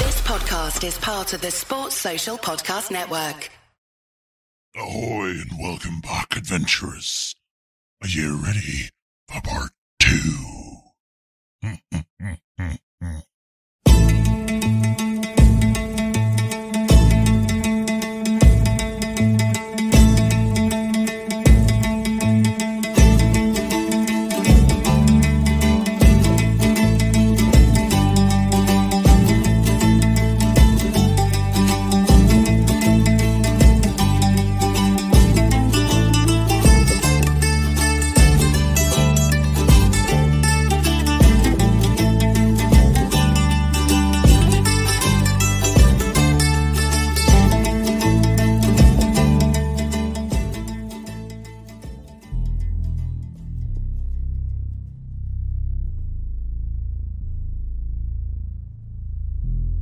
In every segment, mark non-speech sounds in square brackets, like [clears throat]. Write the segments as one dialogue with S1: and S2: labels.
S1: This podcast is part of the Sports Social Podcast Network.
S2: Ahoy and welcome back, adventurers. Are you ready for part two? [laughs]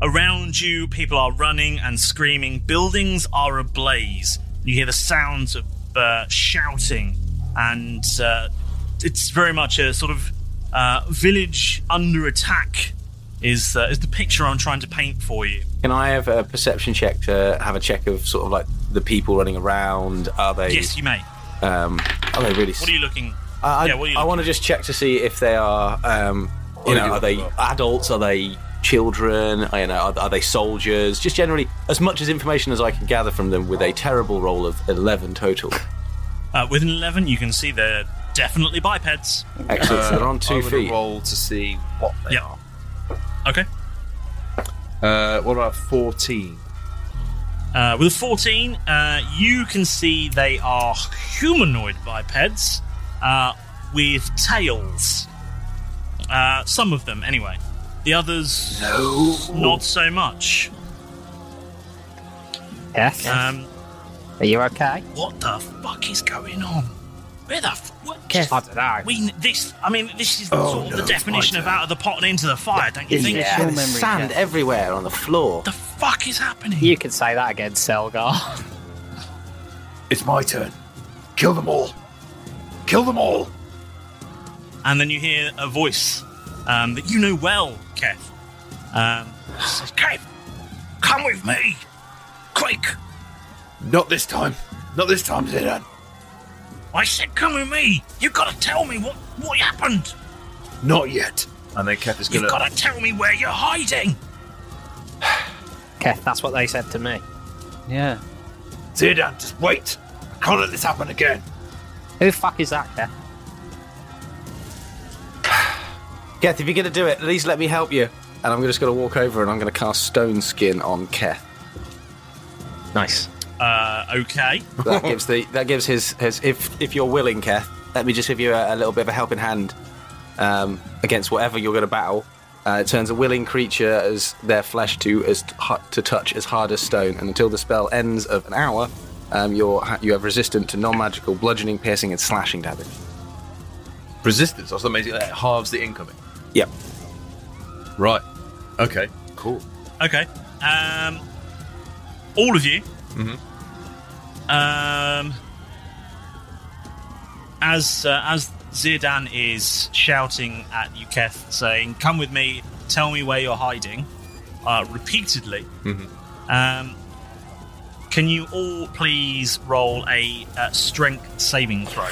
S3: Around you, people are running and screaming. Buildings are ablaze. You hear the sounds of uh, shouting, and uh, it's very much a sort of uh, village under attack. Is uh, is the picture I'm trying to paint for you?
S4: Can I have a perception check to have a check of sort of like the people running around? Are they?
S3: Yes, you may.
S4: Um, are they really?
S3: What are you looking?
S4: I, I,
S3: yeah, what are you
S4: I
S3: looking
S4: want to just check to see if they are. Um, you know, are they adults? Are they children? I- You know, are, are they soldiers? Just generally, as much as information as I can gather from them, with a terrible roll of eleven total.
S3: Uh, with an eleven, you can see they're definitely bipeds.
S4: Excellent. so they're on
S5: I
S4: two
S5: would
S4: feet.
S5: roll to see what they
S3: Yeah. Okay.
S5: are. Uh, what about 14?
S3: Uh, with a 14, uh, you can see they are humanoid bipeds uh, with tails. Uh, some of them, anyway. The others, not so much.
S6: Yes.
S3: Um,
S6: Are you okay?
S3: what the fuck is going on? Where the f- what?
S6: I don't know.
S3: We n- this. I mean, this is sort of the definition of out of the pot and into the fire, don't you think?
S6: Yeah.
S7: Your memory
S4: Sand
S7: check.
S4: everywhere on the floor.
S3: The fuck is happening?
S6: You can say that again,
S5: [laughs]
S6: Selgar.
S2: It's my turn. Kill them all. Kill them all.
S3: and then you hear a voice um, that you know well, Kev. Um, says, Kev, come with me, quick!
S2: Not this time. Not this time, Zidane.
S3: I said, come with me. You've got to tell me what what happened.
S2: Not yet.
S5: And then Keth is going
S3: You've
S5: to.
S3: got to tell me where you're hiding.
S6: Keth, that's what they said to me.
S7: Yeah.
S2: Zidane, just wait. I can't let this happen again.
S6: Who the fuck is that, Keth?
S4: Keth, if you're gonna do it, at least let me help you. And I'm just gonna walk over and I'm gonna cast Stone Skin on Keth.
S6: Nice.
S3: Uh, okay.
S4: that gives the that gives his his if if you're willing, Keth. Let me just give you a, a little bit of a helping hand um, against whatever you're going to battle. Uh, it turns a willing creature as their flesh to as hu- to touch as hard as stone, and until the spell ends of an hour, um, you're ha- you have resistant to non-magical bludgeoning, piercing, and slashing damage.
S5: Resistance. That's amazing. That halves the incoming.
S4: Yep.
S5: Right. Okay. Cool.
S3: Okay. Um, all of you. Um, as uh, as Zirdan is shouting at you, Keth, saying, "Come with me. Tell me where you're hiding." Uh, repeatedly. Um, can you all please roll a uh, strength saving throw?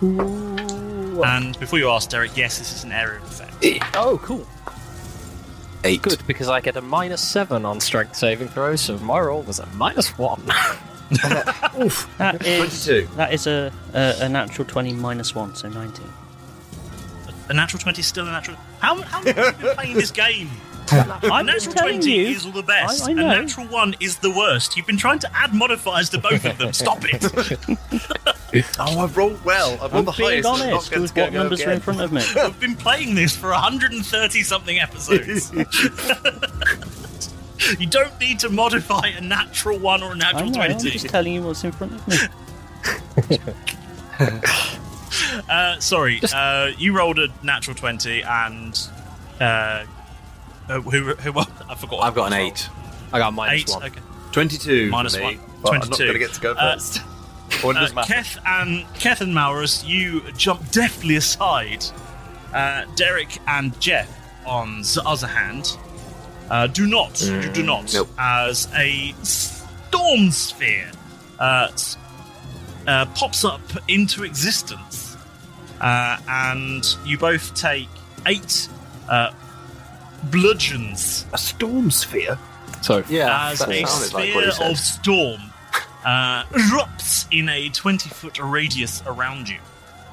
S3: And before you ask, Derek, yes, this is an area of effect.
S6: Oh, cool.
S4: eight.
S8: Good, because I get a minus seven on strength saving throws, so my roll was a minus one.
S7: Oof, that is that is a, a a natural twenty minus one, so nineteen.
S3: A natural 20 is still a natural. How, how long have you been playing this game? A natural 20
S8: you.
S3: is the best.
S8: I- I
S3: A
S8: know.
S3: natural 1 is the worst. You've been trying to add modifiers to both of them. Stop it.
S5: oh, I rolled well. I rolled
S7: I'm
S5: the
S7: being
S5: highest. I'm not
S7: honest
S5: going
S7: with
S5: to
S7: what
S5: go
S7: numbers are in
S5: again.
S7: front of me.
S3: I've been playing this for 130 something episodes. you don't need to modify a natural 1 or a
S7: I
S3: natural
S7: know, I'm
S3: 20.
S7: just telling you what's in front of me.
S3: Uh, sorry, uh, you rolled a natural 20 and. Uh, uh, who, who, [laughs] what? I forgot.
S4: I've got an eight. I got minus
S3: Eight,
S4: one.
S3: okay.
S5: 22.
S3: Minus
S5: for me,
S3: one.
S5: but I'm
S3: 22.
S5: not going to get to go
S3: Uh,
S5: first. or it
S3: Uh,
S5: doesn't matter.
S3: Keth and Keth and Maurus, you jump deftly aside. Uh, Derek and Jeff, on the other hand, uh, do not. you do
S5: Mm,
S3: not.
S5: nope.
S3: As a storm sphere uh, s- uh, pops up into existence, uh, and you both take eight uh, bludgeons.
S2: A storm sphere.
S4: So
S3: as Uh, a sphere of storm uh, erupts in a 20 foot radius around you.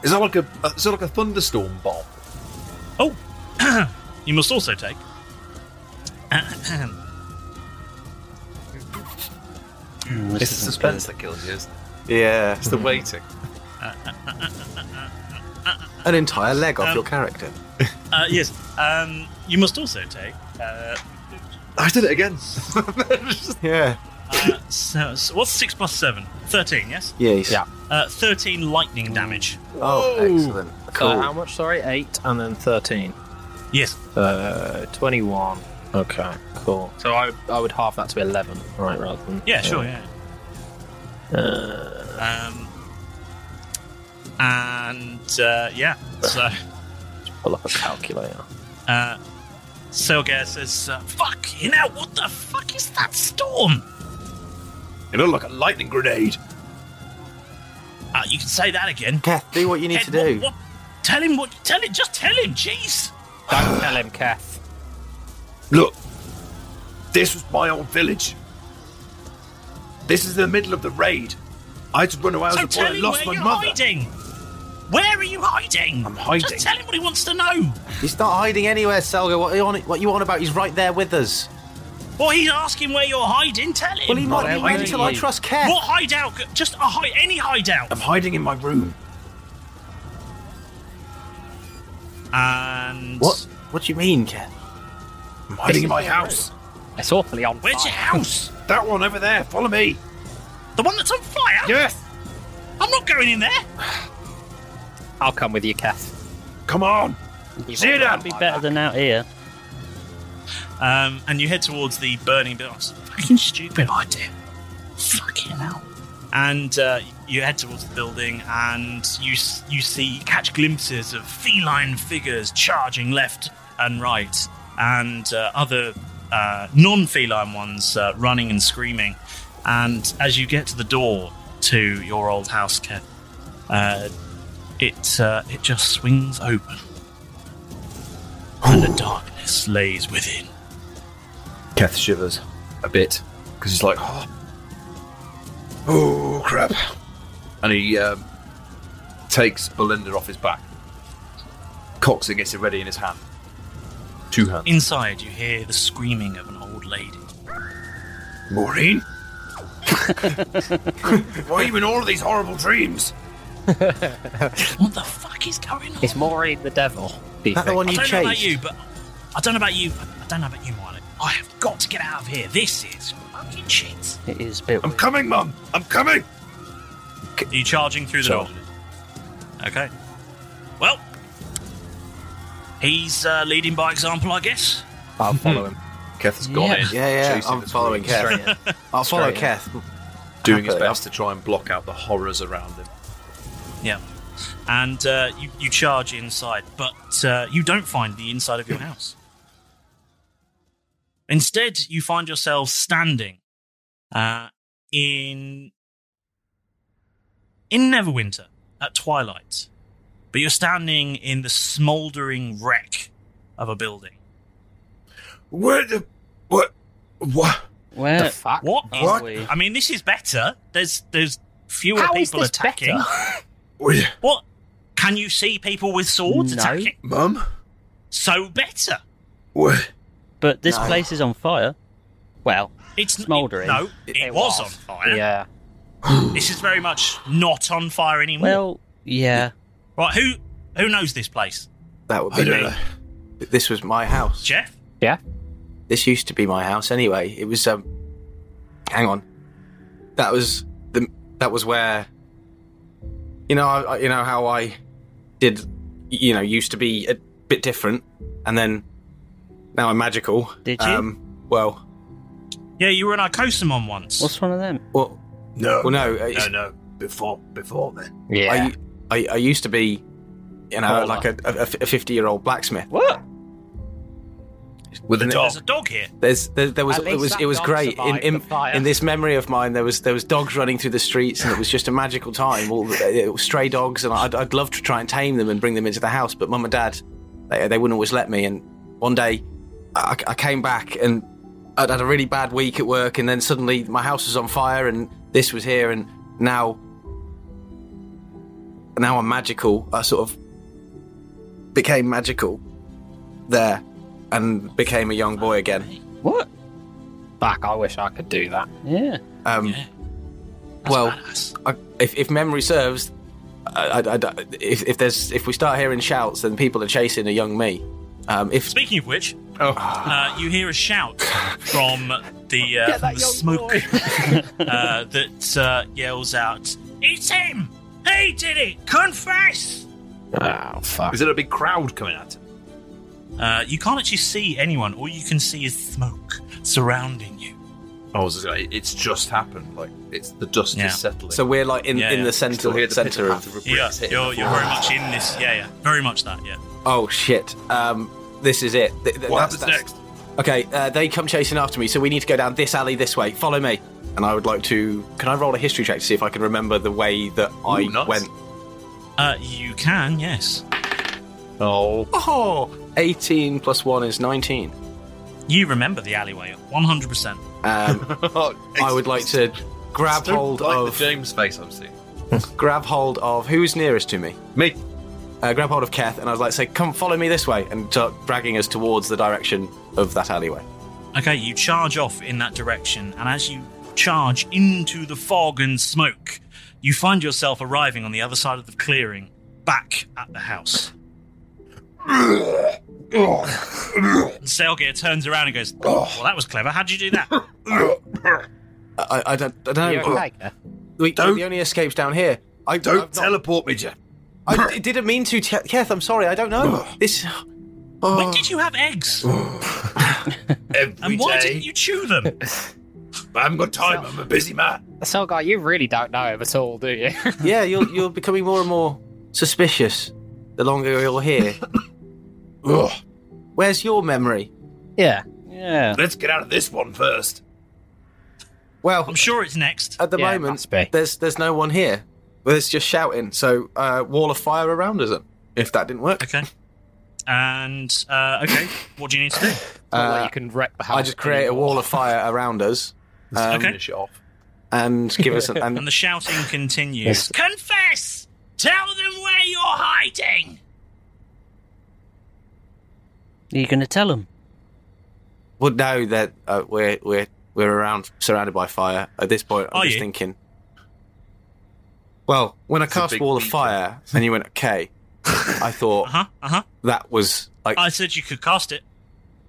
S5: Is that like a uh, is that like a thunderstorm bomb?
S3: Oh, [clears throat] you must also take. [clears throat] uh,
S5: it's the suspense that kills you. Isn't
S4: Yeah.
S5: it? It's
S2: [laughs]
S5: the waiting.
S4: An entire leg off
S3: Um,
S4: your character.
S3: uh, [clears throat] yes, um, you must also take. Uh,
S5: I did
S2: [laughs]
S5: it again.
S4: yeah.
S3: uh, so, so what's 6 plus 7? 13, yes?
S4: Yes. Yeah.
S3: Uh, 13 lightning damage.
S4: Oh, excellent.
S8: Uh, how much? Sorry, eight and then thirteen.
S3: Yes.
S8: Uh, twenty-one. Okay, cool. So I I would half that to eleven, right? Rather than
S3: Yeah, sure, yeah.
S8: Uh,
S3: Um, and uh, yeah, so.
S8: pull up a calculator.
S3: Uh, Silgair says, uh, Fuck, you know, what the fuck is that storm?
S2: It looked like a lightning grenade.
S3: Uh, you can say that again.
S4: Kath, do what you need
S3: Ed,
S4: to do.
S3: what- Tell him what. Tell him. Just tell him. Jeez.
S8: Don't tell him, Kath.
S2: Look, this was my old village. This is the middle of the raid. I had to run away as
S3: so
S2: a boy. I
S3: tell him
S2: lost
S3: where
S2: my
S3: you're
S2: mother.
S3: hiding. Where are you hiding? I'm
S2: hiding.
S3: Just tell him what he wants to know.
S4: He's not hiding anywhere, Selga. What are you on? What you on about? He's right there with us.
S3: Well, he's asking where you're hiding. Tell him.
S4: Well, he might be
S3: waiting
S4: mental. I trust Kev.
S3: What hideout? Just a hide. Any hideout.
S2: I'm hiding in my room.
S3: And
S4: What? What do you mean, Kev?
S2: I'm hiding in my house.
S8: It's awfully on
S3: Where's your house?
S2: That one over there. Follow me.
S3: The one that's on fire?
S2: Yes.
S3: I'm not going in there.
S8: I'll come with you, Kath.
S2: Come on. See you down.
S7: Be better than out here.
S3: Um, and you head towards the burning building. Fucking stupid idea. Fucking hell. And uh, you head towards the building, and you s- you see catch glimpses of feline figures charging left and right, and uh, other uh, non-feline ones uh, running and screaming. And as you get to the door to your old house, Kev, uh, it uh, it just swings open, and the darkness lays within.
S5: Keth shivers a bit because he's like, oh, oh crap, and he um, takes Belinda off his back, cocks it, gets it ready in his hand, two hands.
S3: Inside, you hear the screaming of an old lady.
S2: Maureen? [laughs] Why are you in all of these horrible dreams?
S3: What the fuck is going on?
S8: Is Maureen the devil? do you
S4: That [laughs] the
S8: think?
S4: one
S3: I
S4: you
S3: don't know about
S4: chased?
S3: you, but I don't know about you. But I don't know about you, Marlon. I have got to get out of here. This is fucking shit.
S7: It is built.
S2: I'm coming, Mum. I'm coming.
S3: Are you charging through the door? Okay. Well, he's uh, leading by example, I guess.
S4: I'll follow [laughs] him.
S5: Keth's gone
S8: Yeah.
S5: in,
S4: Yeah, yeah.
S5: chasing
S4: I'm
S5: the
S4: following
S6: [laughs]
S5: screams,
S4: Kev. I'll follow
S8: Straight
S4: Kev.
S5: doing his
S4: Happily.
S5: best to try and block out the horrors around him.
S3: Yeah. And uh, you, you charge inside, but uh, you don't find the inside of your house. Instead, you find yourself standing uh, in in Neverwinter at twilight, but you're standing in the smouldering wreck of a building.
S2: Where the what what
S6: Where
S2: the fuck?
S3: What?
S2: are
S3: What?
S2: we?
S3: I mean, this is better. There's there's fewer
S2: How is
S3: people
S2: this
S3: attacking. Oh,
S2: Wait.
S3: what? Can you see people with swords
S7: No.
S3: attacking?
S2: Mum?
S3: So better.
S2: What?
S7: But this
S3: No.
S7: place is on fire. Well,
S3: It's
S7: smouldering.
S3: No, it, was, on fire.
S7: Yeah.
S3: This is very much not on fire anymore.
S7: Well, yeah.
S3: right. Who who knows this place?
S4: That would be
S3: I don't
S4: me.
S3: know.
S4: This was my house.
S3: Jeff?
S4: Yeah? This used to be my house anyway. It was um hang on. That was the that was where you know, I, I- you know how I did you know, used to be a bit different and then now I'm magical. Um,
S7: Did
S3: you?
S4: well,
S3: Yeah, you were an Icosamon once.
S7: What's one of them?
S4: well
S2: No.
S4: Well no,
S2: no,
S4: it's-
S2: no. Before before then.
S4: I, I, I used to be, you know,
S2: Paula.
S4: like a, a, a 50 year old blacksmith.
S7: What?
S4: With a
S3: There's a dog here.
S4: There's, there, there was
S3: At
S4: it
S3: least
S4: was
S3: that
S4: it was
S3: dog
S4: great in
S3: survived
S4: in,
S3: the fire.
S4: in this memory of mine there was there was dogs running through the streets and it was just a magical time all the, it was stray dogs and I'd, I'd love to try and tame them and bring them into the house but mum and dad they, they wouldn't always let me and one day I, I came back and I'd had a really bad week at work and then suddenly my house was on fire and this was here and now now I'm magical I sort of became magical there and became a young boy again
S7: what
S8: Fuck, I wish I could do that.
S7: Yeah.
S4: Um, well, I, if, if memory serves, I, I, I- if, if there's if we start hearing shouts, then people are chasing a young me. Um, if
S3: Speaking of which, uh, you hear a shout from the, uh, from the smoke [laughs] uh, that uh, yells out, It's him! He did it! Confess!
S8: Oh, fuck.
S3: Is it a big crowd coming at him? Uh, you can't actually see anyone. All you can see is smoke surrounding you.
S5: I was just like, it's just happened. Like it's the dust
S3: Yeah.
S5: is settling.
S4: So we're like in- in the centre-
S5: Still hear the
S4: centre
S5: pitter-patter
S4: of-
S5: of bricks
S3: Yeah,
S5: hitting
S3: you're,
S5: the
S3: you're
S5: floor.
S3: very much in this. Yeah, yeah. Very much that, yeah.
S4: oh shit, um, this is it. Th- th-
S3: What
S4: that's-
S3: happens
S4: that's- Okay, uh, they come chasing after me, so we need to go down this alley this way. Follow me. And I would like to. Can I roll a history check to see if I can remember the way that I
S3: Ooh, nice.
S4: went?
S3: Uh, you can, yes.
S4: Oh. Oh! 18 plus 1 is 19.
S3: You remember the alleyway, 100%.
S4: Um, I would like to grab
S3: Don't
S4: hold
S3: like the
S4: of
S5: James face I'm seeing.
S4: grab hold of who's nearest to me.
S5: Me.
S4: Uh, grab hold of Keth, and I was like, "Say, come follow me this way," and start dragging us towards the direction of that alleyway.
S3: Okay, you charge off in that direction, and as you charge into the fog and smoke, you find yourself arriving on the other side of the clearing, back at the house. And Selgir turns around and goes, "Oh, Well, that was clever. How'd you do that?
S4: I, I don't, I don't know. We, the only escape's down here. I
S2: Don't
S4: I've not-
S2: teleport me, Jeff.
S4: I d- didn't mean to, Te- Keth. I'm sorry. I
S2: [sighs]
S4: don't know. this.
S3: When did you have eggs?
S2: Every
S3: and why
S2: day.
S3: didn't you chew them?
S2: I haven't got time. I'm a busy man.
S6: So, guy, you really don't know him at all,
S7: [laughs]
S6: do you?
S4: yeah, you're you're becoming more and more suspicious the longer you're here.
S2: [coughs] Ugh.
S4: Where's your memory?
S6: Yeah. Yeah.
S2: Let's get out of this one first.
S4: Well,
S3: I'm sure it's next.
S4: At the
S2: Yeah, it
S4: moment,
S2: must be.
S4: there's there's no one here. There's just shouting. So uh, wall of fire around us. If that didn't work,
S3: okay. And, uh, okay, what do you need to do?
S4: you
S6: can wreck the
S4: Uh, I just create a wall of fire around us. um,
S3: [laughs] Okay.
S5: [laughs]
S4: And give us an, and,
S3: [laughs] and the shouting continues. Confess! Tell them where you're hiding!
S7: Are you going to tell them?
S4: well, no, that uh, we're we're we're around surrounded by fire at this point. I'm
S3: Are
S4: just
S3: you?
S4: thinking. Well, when I
S3: It's a
S4: cast
S3: big
S4: wall of fire and you went okay,
S3: [laughs]
S4: I thought
S3: Uh-huh, uh-huh.
S4: that was like
S3: I said you could cast it.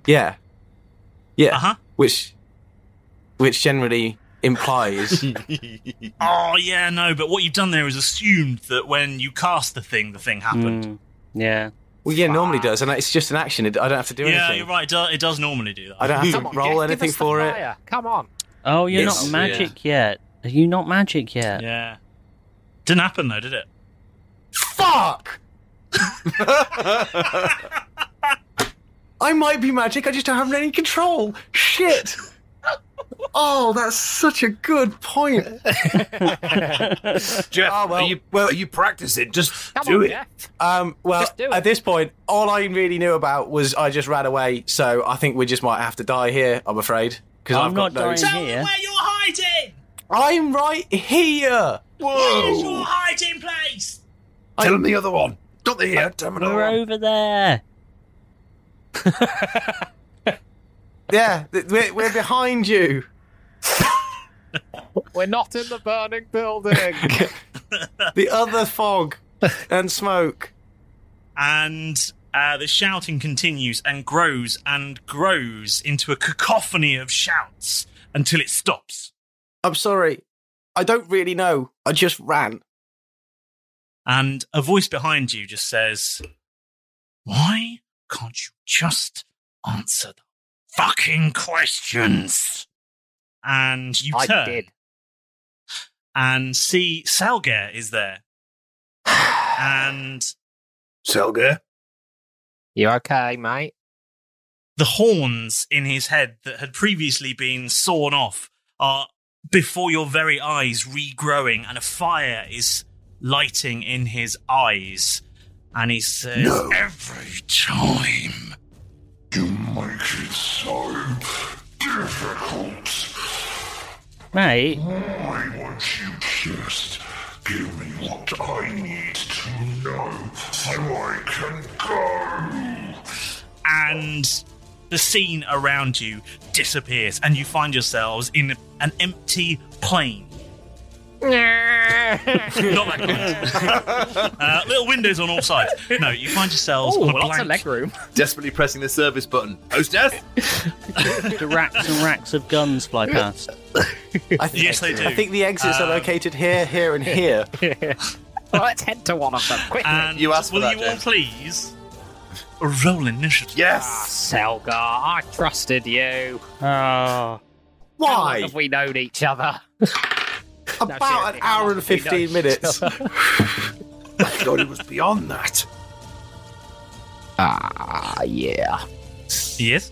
S4: yeah, yeah,
S3: Uh-huh.
S4: which which generally
S2: [laughs]
S4: implies
S3: Oh, yeah, no, but what you've done there is assumed that when you cast the thing, the thing happened.
S7: Hmm.
S4: Mm.
S7: yeah.
S4: Well, yeah, normally does, and it's just an action. It- I don't have to do
S3: yeah,
S4: anything.
S3: you're right, it does, it does normally do that.
S4: I don't have to
S3: Come on,
S4: roll
S3: Jeff, give
S4: anything
S3: us the
S4: for it.
S3: fire.
S6: Come on.
S7: Oh, you're
S4: Yes.
S7: not magic yet. Are you not magic yet?
S3: Yeah. Didn't happen, though, did it?
S4: Fuck! I might be magic. I just don't have any control. Shit. Oh, that's such a good point.
S5: Jeff, are you Ah, well, are you practicing? Just
S4: Come
S5: do
S4: on,
S5: it.
S4: Jeff. Um, well, at this point, all I really knew about was I just ran away, so I think we just might have to die here, I'm afraid. Because
S9: I'm
S4: I've
S9: not
S4: got no...
S9: dying here.
S3: Where you're hiding?
S4: I'm right here!
S3: Where's
S4: Oh.
S3: your hiding place?
S5: Tell him the other one. Not the here.
S9: We're over there.
S4: Yeah, th- we're, we're behind you.
S10: We're not in the burning building.
S4: the other fog and smoke.
S3: And uh, the shouting continues and grows and grows into a cacophony of shouts until it stops.
S4: I'm sorry. I don't really know. I just ran.
S3: And a voice behind you just says, Why can't you just answer the fucking questions? And you
S7: I
S3: turn
S7: did.
S3: and see Salger is there. and
S5: Selga.
S10: You okay, mate?
S3: the horns in his head that had previously been sawn off are before your very eyes regrowing and a fire is lighting in his eyes and he says
S11: No.
S3: every time
S11: You make it so difficult.
S7: [laughs]
S9: Mate.
S11: Why won't you just give me what I need to know so I can go?
S3: and the scene around you disappears and you find yourselves in an empty plane Not that kind. [laughs] uh, little windows on all sides. No, you find yourselves
S7: Ooh,
S3: on a
S7: lots
S3: blank.
S7: of leg room.
S12: Desperately pressing the service button.
S5: [laughs]
S12: Hostess?
S9: The racks and racks of guns
S7: [laughs]
S9: fly past.
S4: I
S3: yes, they do.
S4: I think the exits are located here, here, and here.
S7: Let's head to one of them quickly.
S9: Uh,
S3: And will you all please roll initiative?
S7: Ah, Selgar, I trusted you.
S9: Oh.
S7: How
S4: Why?
S7: long have we known each other?
S4: About an hour and 15 minutes.
S5: I thought it was beyond that.
S7: Ah, yeah.
S3: Yes.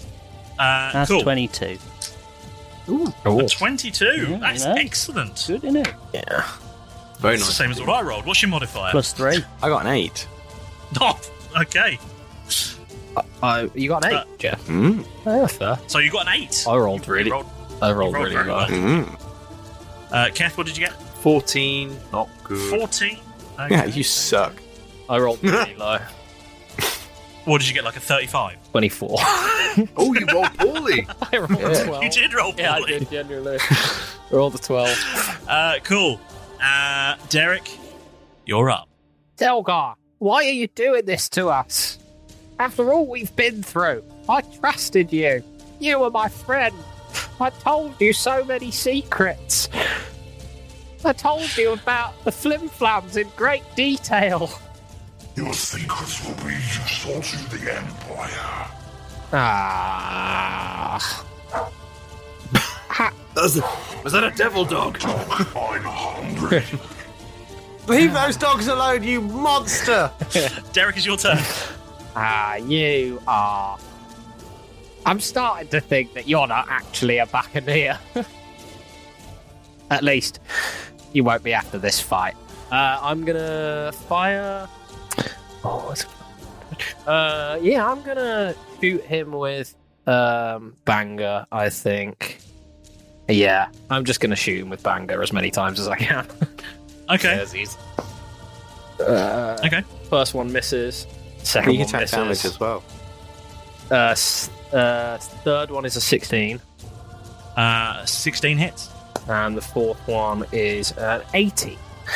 S3: Uh,
S9: That's
S3: cool.
S9: 22.
S7: Ooh,
S3: A 22.
S9: Yeah,
S3: That's
S9: yeah.
S3: excellent.
S9: Good, isn't it?
S4: Yeah.
S3: Very nice. Same as what I rolled. What's your modifier?
S9: Plus three.
S4: I got an eight.
S3: [laughs] Oh, okay.
S10: Uh, you got an eight,
S3: Uh,
S10: Jeff.
S4: Mm.
S10: Oh, fair.
S3: So you got an eight.
S9: Oh,
S10: I rolled really.
S3: rolled-
S10: I rolled,
S3: you rolled [laughs]
S10: really
S3: very
S10: well.
S3: Uh, Keth, what did you get?
S12: 14. Not good.
S3: 14. Okay.
S4: Yeah, you suck.
S10: I rolled really [laughs] low.
S3: What did you get? Like a 35?
S10: 24.
S12: oh, you rolled poorly.
S10: I rolled a 12.
S3: You did roll poorly.
S10: Yeah, I did, [laughs] generally. rolled a 12.
S3: Uh, cool. Uh, Derek, you're up.
S7: Selgar, why are you doing this to us? After all we've been through, I trusted you. You were my friend. I told you so many secrets. I told you about the flimflams in great detail. [laughs]
S11: Your secrets will be useful to the Empire.
S7: Ah.
S5: Was, was [laughs] that a devil dog? [laughs]
S4: Leave those dogs alone, you monster!
S3: Derek, is your turn.
S7: Ah, you are. I'm starting to think that you're not actually a Buccaneer. [laughs] At least, you won't be after this fight. Uh, I'm gonna fire. Oh, what's... Uh, yeah, I'm gonna shoot him with um banger. I think. Yeah, I'm just gonna shoot him with banger as many times as I can.
S3: [laughs] Okay.
S7: Uh,
S3: okay.
S7: First one misses. Second
S4: You can
S7: one
S4: take
S7: misses.
S4: damage as well.
S7: Uh, s- uh, third one is a 16.
S3: Uh, 16 hits.
S7: And the fourth one is an 80. [laughs]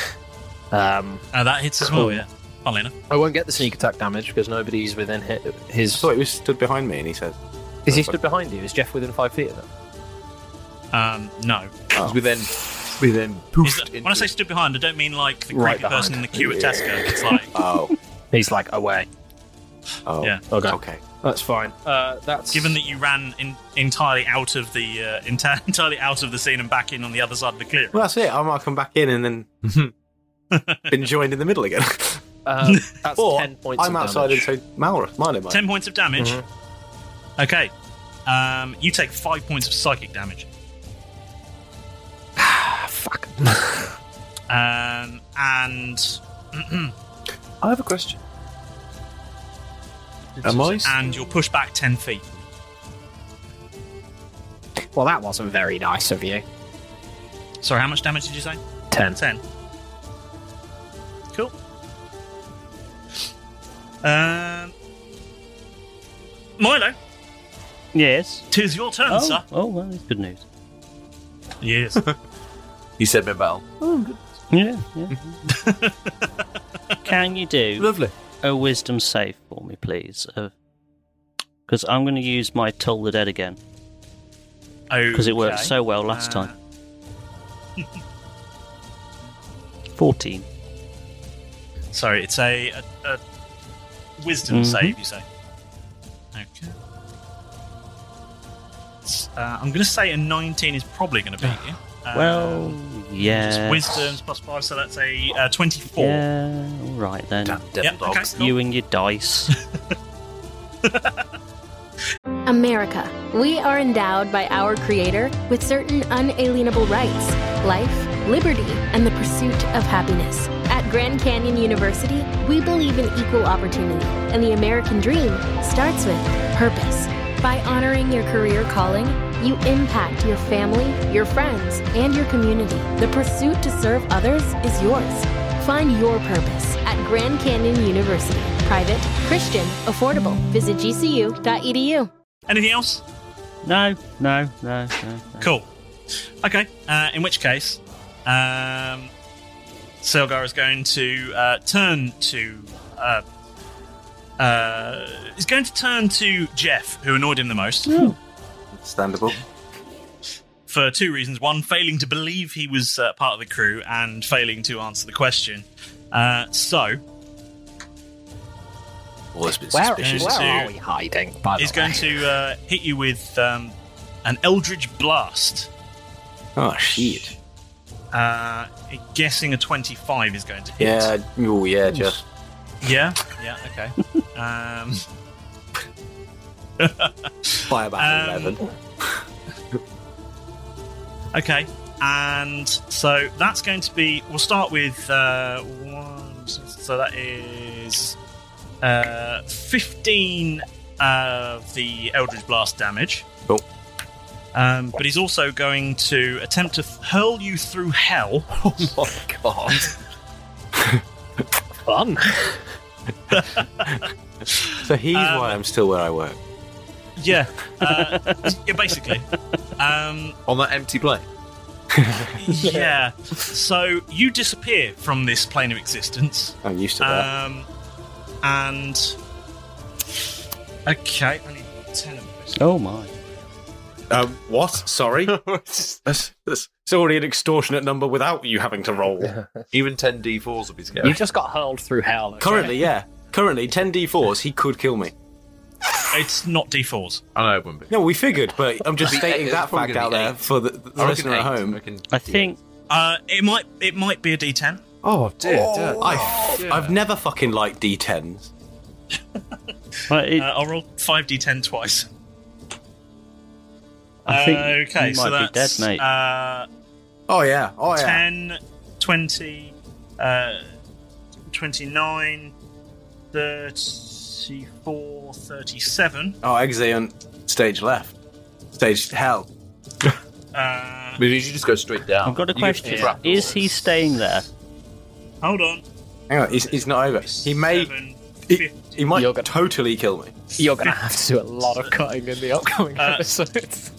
S7: Um,
S3: Uh, that hits as
S7: Cool.
S3: well, yeah. Funnily enough.
S7: I won't get the sneak attack damage because nobody's within hit. his. I
S4: thought he was stood behind me and he said.
S7: Is he stood behind you? Is Jeff within five feet of him?
S3: Um, no.
S12: We then, we then
S3: Is that- when I say stood behind, I don't mean like the creepy
S7: Right
S3: person in
S7: behind.
S3: the queue at Tesco.
S10: [laughs]
S3: It's like,
S4: Oh.
S7: He's like away.
S4: Oh.
S3: Yeah.
S7: Okay.
S4: Okay.
S7: That's fine. Uh, that's
S3: given that you ran in, entirely out of the uh, [laughs] enti- entirely out of the scene and back in on the other side of the clear.
S4: Well, that's it. I might come back in and then been joined in the middle again.
S7: Uh, that's
S4: or
S7: 10 points
S4: I'm
S7: of
S4: outside
S7: damage.
S4: and so Malra, mine am I?
S3: Ten points of
S6: Mm-hmm.
S3: damage. Okay. Um, you take five points of psychic damage.
S6: Ah,
S3: [laughs] um,
S6: [clears throat]
S3: and
S5: I have a question. Am I still-
S3: And you're pushed back ten feet.
S6: Well, that wasn't very nice of you.
S3: Sorry, how much damage did you say?
S6: Ten.
S3: Ten. Cool. Um, Milo,
S7: Yes.
S3: tis your turn,
S7: oh,
S3: sir.
S7: Oh, well, that's good news. [laughs]
S3: Yes.
S5: you said me battle.
S7: Yeah. yeah.
S3: [laughs]
S7: Can you do lovely a wisdom save for me, please? Because I'm going to use my Toll the Dead again. Because it worked
S3: Okay.
S7: so well last
S3: Uh,
S7: time.
S3: [laughs]
S7: Fourteen.
S3: Sorry, it's a, a, a wisdom
S7: Mhm.
S3: save, you say? Okay. S- Uh, I'm going to say a 19 is probably going to beat you. Uh,
S7: Ah, well, yeah.
S3: Just wisdom's plus 5, so that's a uh, 24.
S7: Yeah. All right then.
S3: devil Yep, okay, dogs. cool.
S7: You and your
S3: [laughs]
S7: dice.
S13: America. We are endowed by our Creator with certain unalienable rights life, liberty, and the pursuit of happiness. At Grand Canyon University, we believe in equal opportunity, and the American dream starts with purpose. By honoring your career calling, you impact your family, your friends, and your community. The pursuit to serve others is yours. Find your purpose at Grand Canyon University. Private, Christian, affordable. Visit gcu.edu.
S3: Anything else?
S7: No, no, no, no.
S3: Cool. Okay, uh, in which case, um, Selgar is going to uh, turn to. Uh, uh, is going to turn to Jeff, who annoyed him the most.
S6: Hmm.
S4: Understandable.
S3: for two reasons. One, failing to believe he was uh, part of the crew, and failing to answer the question. Uh, so,
S4: Always been
S6: Where,
S3: suspicious.
S6: where
S3: Two.
S6: are we hiding? By the
S3: he's going to uh, hit you with um, an Eldridge Blast.
S4: Oh shit!
S3: Uh, guessing a 25 is going to hit.
S4: Yeah. Oh yeah, Jeff.
S3: Yeah? Yeah, okay. um,
S4: By about eleven.
S3: okay, and so that's going to be. We'll start with uh, one. So that is uh, 15 of the Eldritch Blast damage.
S4: Cool.
S3: Um, but he's also going to attempt to hurl you through hell. Oh my god!
S6: Fun.
S4: So he's why I'm still where I work.
S3: Yeah, uh, yeah, basically. Um,
S5: On that empty plane.
S3: yeah. So you disappear from this plane of existence.
S4: I'm used to that.
S3: Um, and okay, I need ten of those.
S7: oh my.
S5: Um, what? Sorry.
S4: [laughs] that's, that's- it's already an extortionate number without you having to roll.
S5: Even ten d4s would be scary.
S4: You
S6: just got hurled through hell.
S4: Currently, yeah. Currently, ten d4s. He could kill me.
S3: It's not d4s.
S5: I know it wouldn't be.
S4: No, we figured, but I'm [laughs] just
S5: Be
S4: stating
S5: eight,
S4: that
S5: it's probably
S4: fact
S5: gonna
S4: out
S5: be
S4: there
S5: eight.
S4: for the, the
S5: I reckon
S4: listener
S5: eight.
S4: at home.
S7: I think.
S3: Uh, it might it might be a d10.
S4: Oh dear!
S3: dear.
S4: I, I've never fucking liked d10s.
S3: uh, I'll roll five d10 twice.
S4: I think
S3: Uh,
S4: you
S3: okay, so
S4: might be
S3: that's
S4: dead, mate.
S3: Uh,
S4: Oh yeah! Oh yeah!
S3: 10, 20, uh, 29, 34, 37.
S4: Oh, Exeon, stage left, stage hell.
S3: Uh,
S5: Maybe you should just go straight down.
S4: I've got a
S5: You
S4: question.
S5: get trapped.
S7: Is he staying there?
S3: Hold on.
S4: Hang on, he's, he's not over. He may, he, he might totally kill me.
S6: You're gonna have to do a lot of cutting in the upcoming
S3: Uh, [laughs]
S6: episodes.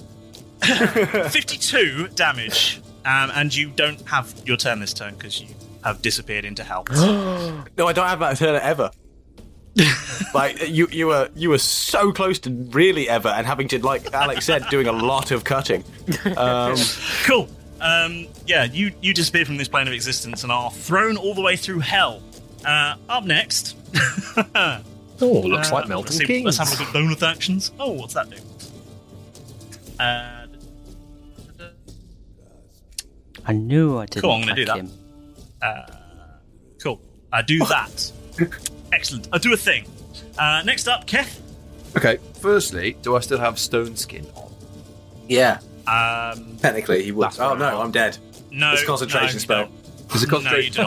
S3: 52 damage. Um, and you don't have your turn this turn because you have disappeared into hell.
S4: no, I don't have that turn ever. like you, you were you were so close to really ever, and having to like Alex said, doing a lot of cutting. Um,
S3: cool. Um, yeah, you, you disappear from this plane of existence and are thrown all the way through hell. Uh,
S8: [laughs]
S3: up next. oh,
S8: looks like Melton
S3: let's see-
S8: Keynes.
S3: Let's have a look at bonus actions. Oh, what's that do? Uh,
S7: I knew I didn't.
S3: cool, I'm going to do
S7: track
S3: that.
S7: him.
S3: Uh, cool. I
S8: Oh.
S3: do that. Excellent. I do a thing. Uh, next up, Keth.
S5: Okay. Firstly, do I still have stone skin on?
S4: yeah.
S3: Um,
S4: Technically, he would. Oh no, I'm dead.
S3: No,
S4: It's a concentration
S3: no,
S4: spell.
S3: It's a No, concentration-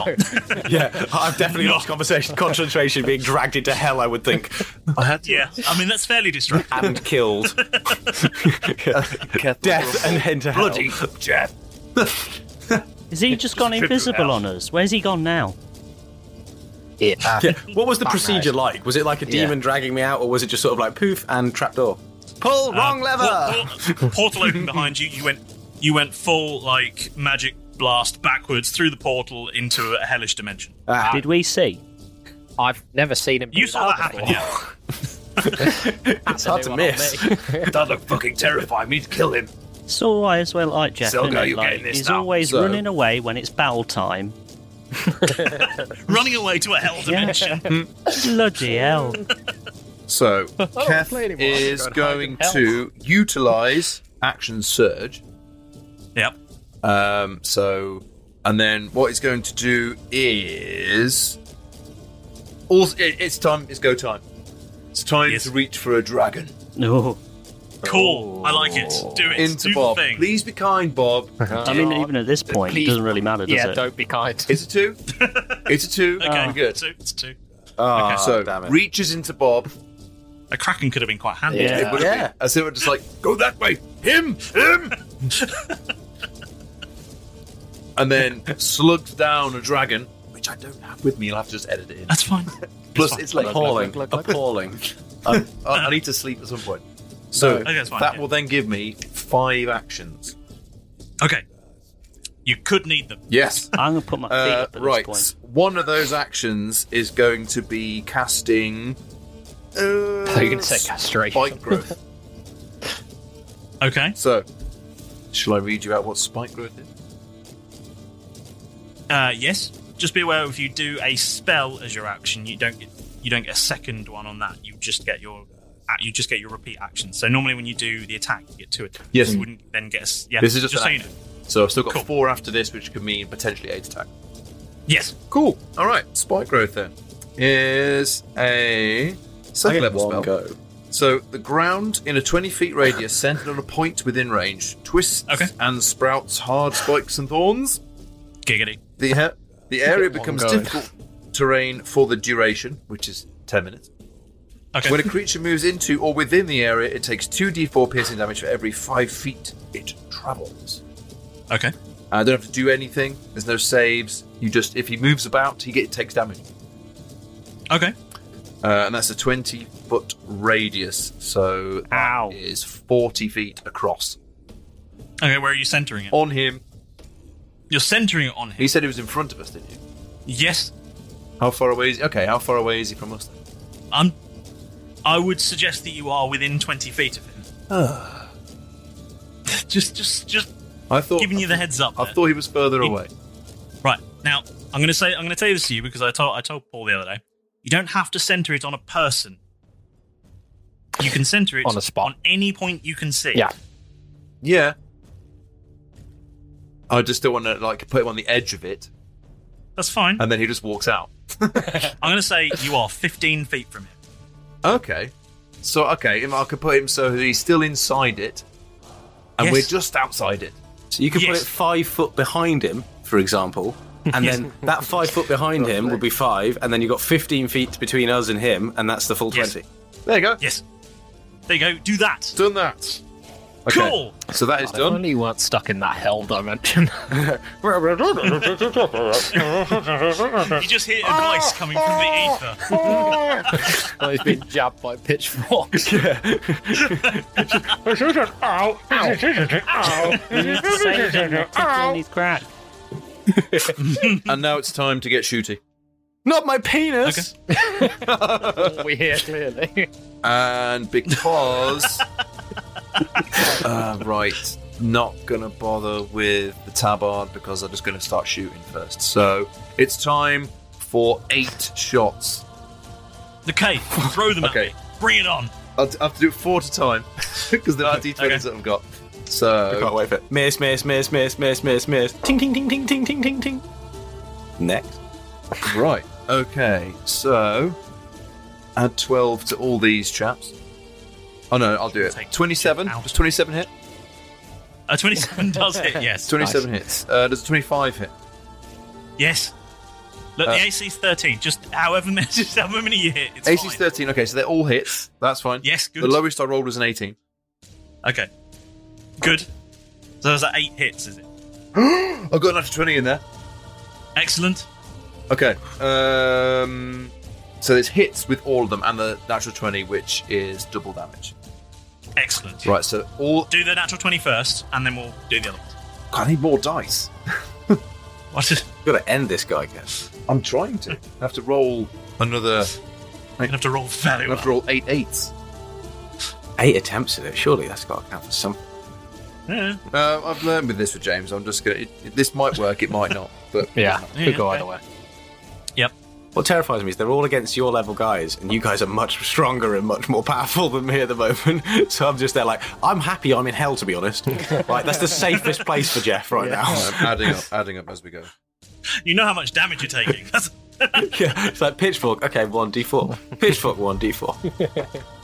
S3: you
S4: yeah, I've definitely lost conversation. Concentration being dragged into hell, I would think. I
S3: [laughs]
S4: had
S3: Yeah, I mean
S8: [laughs]
S3: that's fairly distracting.
S4: and killed. Death and into hell.
S7: Bloody
S4: death.
S7: Is he just gone
S4: Just
S7: invisible
S4: out.
S7: on us? Where's he gone now?
S4: Yeah.
S7: Yeah.
S4: What was the
S7: Fuck
S4: procedure
S7: knows.
S4: like? Was it like a
S7: Yeah.
S4: demon dragging me out, or was it just sort of like poof and trapdoor? Ah. Pull wrong lever.
S3: Por- por- uh, portal opened behind you. You went. You went full like magic blast backwards through the portal into a hellish dimension.
S2: Ah.
S7: Did we see?
S6: I've never seen him.
S3: You saw that happen, yeah.
S4: That's hard to miss.
S2: that looked fucking terrifying. We need to kill him.
S7: So I as well like Jeff.
S2: Selgo,
S7: innit?
S2: you're
S7: Like,
S2: getting this
S7: he's
S2: now.
S7: always
S2: So-
S7: running away when it's battle time.
S3: Running away to a hell
S4: [laughs]
S3: dimension.
S8: [laughs]
S7: Bloody hell.
S3: [laughs]
S5: So,
S3: Oh,
S5: Keth
S3: play anymore.
S5: is
S3: Go and
S5: going
S3: hide in hell.
S5: to utilize action surge.
S3: Yep.
S5: Um, so, and then what he's going to do is. Also, it, it's time. It's go time. It's time to reach for a dragon.
S7: No.
S3: Cool. I like it. Do it.
S5: Into
S3: Do
S5: Bob.
S3: the thing.
S5: Please be kind, Bob.
S7: [laughs] I mean, even at this point, it doesn't really matter, does it?
S5: be kind. It's
S3: [laughs]
S5: a two. It's a two.
S3: Okay.
S5: I'm Ah, good.
S3: It's two. It's two.
S5: Ah,
S3: Okay.
S5: so reaches into Bob.
S3: A kraken could have been quite handy.
S5: Yeah, it would have been. As they were just like, go that way, him, him, [laughs] and then slugs down a dragon, which I don't have with me. I'll have to just edit it in.
S3: That's fine.
S5: Plus,
S3: fine.
S5: it's like
S3: Appalling.
S5: appalling, appalling. I, I need to sleep at some point. So
S3: Okay, that's fine,
S5: that
S3: yeah.
S5: will then give me five actions.
S3: Okay. You could need them.
S5: Yes.
S7: I'm going to put my feet [laughs]
S5: Uh,
S7: up at
S8: [laughs]
S5: right.
S7: this
S5: One of those actions is going to be casting. Uh,
S6: you can say castration.
S5: Spike growth.
S3: [laughs] okay.
S5: So, shall I read you out what spike growth is?
S3: Uh, yes. Just be aware if you do a spell as your action, you don't get you don't get a second one on that. You just get your uh, you just get your repeat action. So normally when you do the attack, you get two attacks.
S5: Yes.
S3: You wouldn't then get a s- yeah.
S5: This is just,
S3: so
S5: an
S3: you know.
S5: action. So I've still got four after this, which could mean potentially eight attack.
S3: Yes.
S5: Cool. All right. Spike growth then is a
S4: I
S5: second
S4: get
S5: level spell.
S4: one go.
S5: So the ground in a twenty
S3: [laughs]
S5: feet radius, centered on a point within range, twists and sprouts hard spikes and thorns.
S3: Giggity.
S5: The ha- the area
S3: Get one
S5: becomes
S3: going.
S5: difficult terrain for the duration, which is ten minutes.
S3: Okay.
S5: When a creature moves into or within the area, it takes 2d4 piercing damage for every 5 feet it travels.
S3: Okay.
S5: Uh, I don't have to do anything. There's no saves. You just, if he moves about, he get, takes damage.
S3: Okay.
S5: Uh, and that's a 20 foot radius, so that is 40 feet across.
S3: Okay. Where are you centering it?
S5: On him.
S3: You're centering it on him.
S5: He said he was in front of us, didn't you?
S3: Yes.
S5: How far away is he? Okay, how far away is he from us then?
S3: I'm. I would suggest that you are within twenty feet of him. [laughs] just, just, just.
S5: I thought
S3: giving you the heads up.
S5: I
S3: there.
S5: thought he was further
S3: He-
S5: away.
S3: Right now, I'm going to say I'm going to tell you this to you because I told I told Paul the other day. You don't have to center it on a person. You can center it
S6: On a spot.
S3: on any point you can see.
S6: Yeah.
S5: Yeah. I just don't want to, like, put him on the edge of it,
S3: that's fine.
S5: and then he just walks out.
S3: I'm going to say you are 15 feet from him.
S5: Okay. So, okay, I could put him so he's still inside it, and
S3: Yes.
S5: we're just outside it.
S4: So you can put it five foot behind him, for example, and
S5: Yes.
S4: then that five foot behind him would be five, and then you've got 15 feet between us and him, and that's the full 20.
S5: There you go.
S3: Yes. There you go. Do that.
S5: Done that.
S4: Okay.
S3: Cool.
S5: So that is
S6: God, done. Only you weren't stuck in that hell dimension.
S3: You just hear a voice coming from the ether.
S6: oh, he's been jabbed by pitchforks.
S11: ow, ow,
S7: his crack.
S5: and now it's time to get shooty.
S4: Not my penis!
S6: we hear clearly.
S5: And because. uh, right. Not gonna bother with the tabard because I'm just gonna start shooting first. So it's time for eight shots.
S3: Okay, throw them
S5: okay.
S3: Bring it on.
S5: I'll I have to do it four at a time [laughs] because there are d20s that I've got. So
S4: I can't wait for it. Miss, miss, miss, miss, miss, miss, miss. Ting, ting, ting, ting, ting, ting, ting, ting. Next.
S5: Right. Okay. So add twelve to all these chaps. Oh no, I'll do it. Twenty-seven. Does twenty-seven hit?
S3: Uh, 27 does hit, yes.
S5: 27
S3: Nice.
S5: hits. Uh, does 25 hit?
S3: Yes. Look,
S5: Uh,
S3: the AC's 13. Just however many, [laughs] just however many you hit, it's
S5: AC's
S3: fine.
S5: 13. Okay, so they're all hits. That's fine.
S3: Yes, good.
S5: The lowest I rolled was an 18.
S3: Okay. Good. So those are eight hits, is it?
S5: I've got an extra 20 in there.
S3: Excellent.
S5: Okay. Um, so there's hits with all of them and the natural 20, which is double damage.
S3: Excellent.
S5: Right, so all.
S3: Do the natural 20 first, and then we'll do the other one.
S5: I need more dice.
S3: What?
S5: Gotta end this guy, I guess. I'm trying to. I have to roll another. I
S3: have to roll very
S5: I have to roll eight eights.
S4: Eight attempts at it. Surely that's got to count for something.
S3: Yeah.
S5: Uh, I've learned with this with James. I'm just gonna. It, it- this might work. It might not.
S3: [laughs]
S5: But
S4: Yeah,
S3: could go either
S4: way.
S3: Yep.
S4: What terrifies me is they're all against your level guys, and you guys are much stronger and much more powerful than me at the moment. [laughs] So I'm just there, like, I'm happy I'm in hell, to be honest. like, that's the safest place for Jeff right
S5: I'm
S4: now. [laughs]
S5: adding up, adding up as we go.
S3: You know how much damage you're taking. [laughs] That's-
S4: yeah, it's like pitchfork. Okay, one d four. Pitchfork one d four.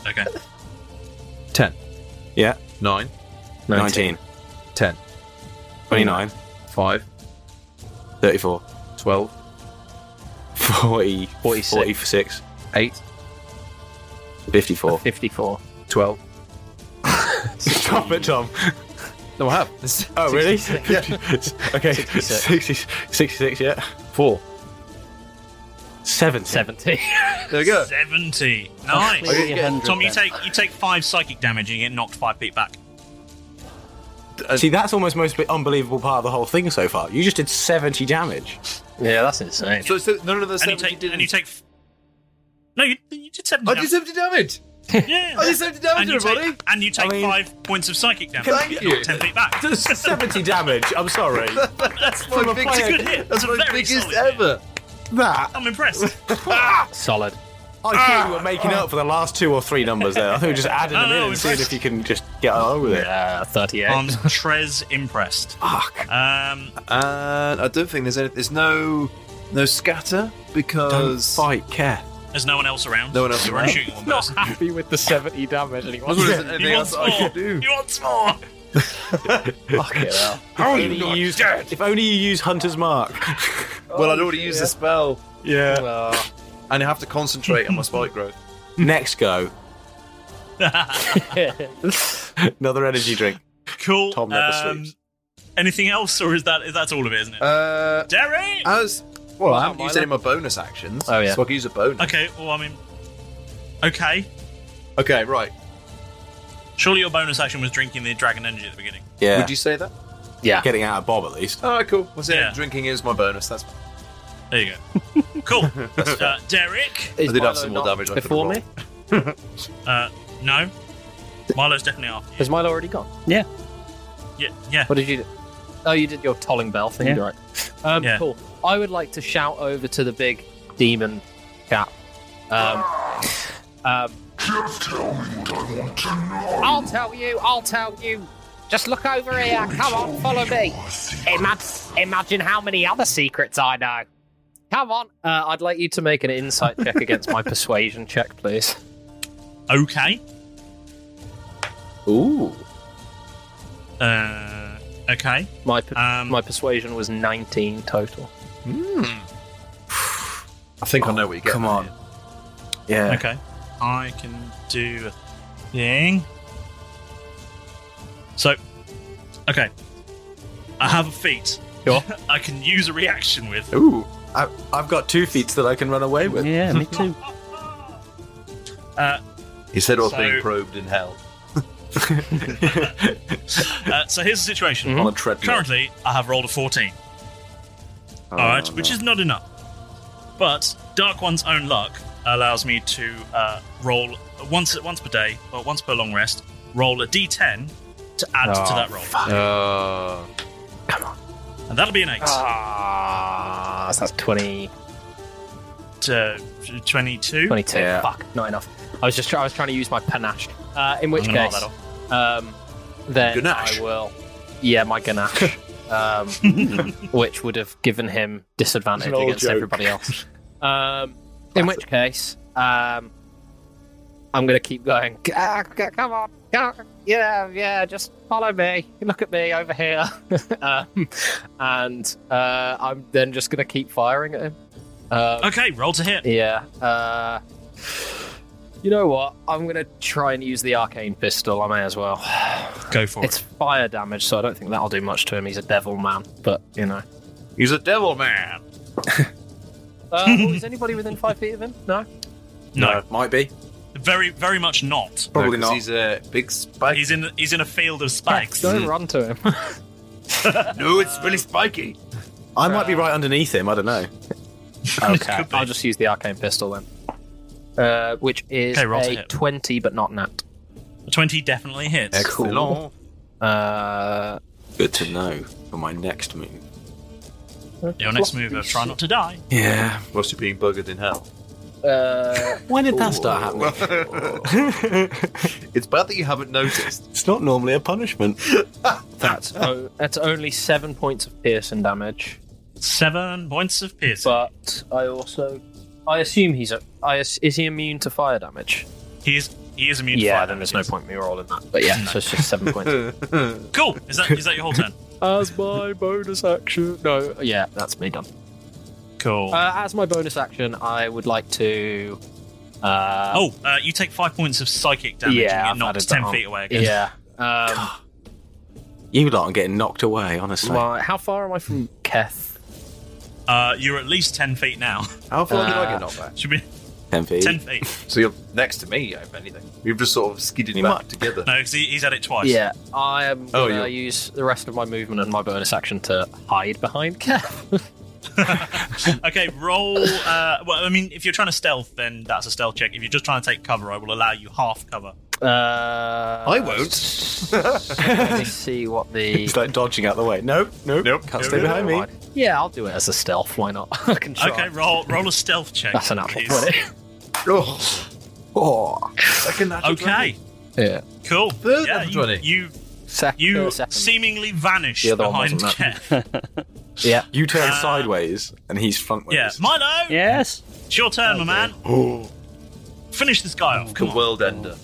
S3: okay.
S5: Ten.
S4: Yeah.
S5: Nine.
S4: Nineteen.
S5: Ten.
S4: Twenty-nine.
S3: [laughs]
S5: Five.
S4: Thirty-four.
S5: Twelve.
S4: Forty. Forty-six.
S5: Eight.
S4: Fifty-four.
S8: Fifty-four.
S5: Twelve.
S4: Stop it, Tom.
S5: No, I have.
S4: Oh, really?
S5: 66. Yeah.
S4: okay.
S5: 66.
S4: 60, 66, yeah.
S5: Four.
S4: Seven.
S6: 70.
S5: There we go.
S3: 70. Nice.
S5: Okay, yeah.
S3: Tom, you take you take five psychic damage and you get knocked five feet back.
S4: Uh, See, that's almost most bit unbelievable part of the whole thing so far. You just did 70 damage.
S8: Yeah, that's insane.
S5: So, so none of the
S3: And you
S5: 70
S3: take,
S5: didn't.
S3: and you take. f- No, you, you did 70
S5: I
S3: damage.
S5: did 70 damage.
S3: Yeah.
S5: I did 70 damage,
S3: and you
S5: everybody.
S3: Take, and you take five points of psychic damage.
S5: Thank
S3: You're
S5: you.
S3: knocked Ten feet
S5: [laughs]
S3: back.
S4: That's 70 damage. I'm sorry.
S5: That's
S4: From
S5: my
S4: a
S5: biggest,
S4: player-
S3: Good hit.
S5: that's my
S3: Very
S5: biggest
S3: solid.
S5: ever.
S4: That.
S3: I'm
S5: [laughs]
S3: impressed.
S4: Solid. I
S5: Ah.
S4: thought you were making up for the last two or three numbers there. I thought we were just adding
S3: No,
S4: them
S3: no,
S4: in and
S3: it's
S4: seeing
S3: just-
S4: if you can just get on with it. Yeah, 38.
S3: I'm Trez impressed.
S4: Fuck.
S3: Um,
S5: And I don't think there's any. There's no no scatter because
S4: fight care.
S3: there's no one else around.
S5: No one else
S3: You're only
S5: around. [laughs]
S3: Shooting one
S6: Not
S3: person.
S6: happy with the 70 damage. and He wants
S5: wondering if
S6: it.
S5: there's
S3: He
S5: anything
S3: wants
S5: else
S3: more.
S5: I can do.
S3: He wants more.
S4: Fuck it out. if, only you use, if only you use Hunter's Mark.
S5: Well, I'd already used the spell,
S4: Yeah.
S5: and I have to concentrate on my spike growth.
S8: [laughs]
S4: Next go. Another energy drink.
S3: Cool.
S4: Tom never
S3: Um, Anything else, or is that is that's all of it, isn't it?
S5: [laughs] Uh,
S3: Derry.
S5: as well, I
S3: Wow,
S5: haven't used
S3: Milo.
S5: any of my bonus actions.
S3: Oh, yeah.
S5: so I can use a bonus.
S3: Okay. Well, I mean, okay.
S5: Okay, right.
S3: Surely your bonus action was drinking the dragon energy at the beginning.
S4: Yeah.
S5: Would you say that?
S4: Yeah. Getting out of Bob at least.
S5: Oh, cool. Well, so yeah, Drinking is my bonus. That's.
S3: There you
S5: [laughs]
S3: go. cool. Uh, Derek.
S5: I did have some more damage. I could've
S8: before me?
S5: rolled.
S3: Uh, no. Milo's definitely after.
S8: Has Milo already gone?
S7: Yeah.
S3: Yeah. Yeah.
S8: What did you do? Oh, you did your tolling bell thing,
S7: Yeah.
S8: you're right. Um,
S3: Yeah.
S8: Cool. I would like to shout over to the big demon cat. Um, um,
S11: Just tell me what I want to know.
S6: I'll tell you, I'll tell you. Just look over here. Come on, follow me. Imagine, imagine how many other secrets I know. Come on.
S8: uh, I'd like you to make an insight check against
S6: [laughs]
S8: my persuasion check, please.
S3: Okay.
S8: Ooh.
S3: Uh, okay.
S8: My per-
S6: Um,
S8: my persuasion was 19 total.
S5: I think I know what you get.
S4: [laughs]
S6: [laughs]
S4: Come on. Yeah.
S3: Okay. I can do a thing. So, okay. I have a feat. [laughs] I can use a reaction with.
S4: Ooh. I, I've got two feats that I can run away with.
S7: Yeah, me too.
S3: Uh,
S5: He said I was
S3: So-
S5: being probed in hell.
S3: uh, so here's the situation.
S4: Mhm. On a treadmill.
S3: Currently, I have rolled a 14. All right, which is not enough. But Dark One's own luck allows me to uh, roll once once per day, or once per long rest, roll a d10 to add to
S8: Oh,
S3: that roll.
S5: Uh,
S3: And that'll be an 8.
S8: [laughs] Ah, so that's 20.
S3: to 22.
S8: 22. Fuck, not enough. I was just try- I was trying to use my panache. Uh, in which
S3: I'm gonna
S8: case,
S3: mark
S8: um, then
S3: Ganache.
S8: I will. Yeah, my ganache, um, which would have given him disadvantage
S6: It's an old [laughs]
S8: against
S6: joke.
S8: everybody else. Um, in which case, um,
S6: I'm gonna keep going. C- ah, c- Come on, come on. yeah, yeah. Just follow me. Look at me over here, [laughs] um, and uh, I'm then just gonna keep firing at him. Um,
S3: okay, roll to hit.
S6: Yeah. Uh, you know what? I'm gonna try and use the arcane pistol. I may as well.
S3: Go for
S6: it's it. It's fire damage, so I don't think that'll do much to him. He's a devil man, but you know.
S5: He's a
S6: [laughs]
S5: devil man.
S6: Uh, well, is anybody within five feet of him? No.
S3: No.
S4: might be.
S3: Very, very much not.
S5: Probably No, 'cause not. he's
S3: a big spike. He's in. He's in a field of spikes. [laughs]
S6: Don't run to him.
S5: no, it's really spiky.
S4: I might be right underneath him. I don't know.
S6: okay, I'll just use the arcane pistol then, uh, which is
S3: Okay, roll to
S6: a
S3: hit.
S6: twenty, but not nat.
S3: Twenty definitely hits.
S4: Excellent.
S6: Uh,
S4: Good to know for my next move.
S3: Your next move, uh, try not to die.
S4: Yeah.
S5: Must be being buggered in hell.
S4: [laughs]
S6: Uh,
S4: When did that start happening?
S5: it's bad that you haven't noticed.
S4: It's not normally a punishment.
S6: that's o- that's only seven points of piercing damage.
S3: Seven points of piercing.
S6: But I also, I assume he's a. I ass- is he immune to fire damage?
S3: He is. He is immune. to
S6: Yeah,
S3: fire
S6: then
S3: damage.
S6: there's no point me rolling that. But [laughs] yeah, so it's just seven points.
S3: Cool. Is that is that your whole turn?
S6: [laughs] As my bonus action, no, yeah, that's me done.
S3: Cool.
S6: Uh, as my bonus action, I would like to. Uh,
S3: oh, uh, you take five points of psychic damage
S6: Yeah, I've
S3: and get knocked
S6: added
S3: ten
S6: that on.
S3: feet away again.
S6: Yeah. Um,
S4: You lot are getting knocked away, honestly.
S6: my, how far am I from Keth?
S3: Uh, you're at least ten feet now. [laughs]
S5: How far did
S6: Uh,
S5: I get knocked back?
S3: Should be
S4: Ten feet.
S3: ten feet.
S5: Uh, So you're next to me, if anything. We've just sort of skidded back together.
S3: No, because he, he's had it twice.
S6: Yeah, I am
S5: Oh,
S6: going to
S5: you're-
S6: use the rest of my movement and my bonus action to hide behind Keth.
S3: [laughs]
S4: [laughs]
S3: okay, roll. Uh, well, I mean, if you're trying to stealth, then that's a stealth check. If you're just trying to take cover, I will allow you half cover.
S6: Uh, I won't. let me see what the.
S4: It's like dodging out the way. Nope, nope, nope. Can't stay behind me.
S6: Yeah, I'll do it as a stealth. Why not? I can try.
S3: Okay, roll roll a stealth check.
S6: That's an apple.
S3: please.
S5: Oh.
S4: oh.
S5: Second natural
S3: Okay,
S6: Yeah.
S3: cool.
S5: Third
S3: yeah,
S5: natural
S3: you,
S5: 20.
S3: you,
S6: Sec-
S3: you
S6: uh, second.
S3: seemingly vanish
S4: The other one
S3: behind
S4: wasn't that.
S3: Kev.
S6: Yeah.
S4: You turn sideways and he's frontways.
S3: Yeah, Milo.
S7: Yes.
S3: It's your turn, my man.
S4: Oh.
S3: Finish this guy off. Come on.
S5: world ender.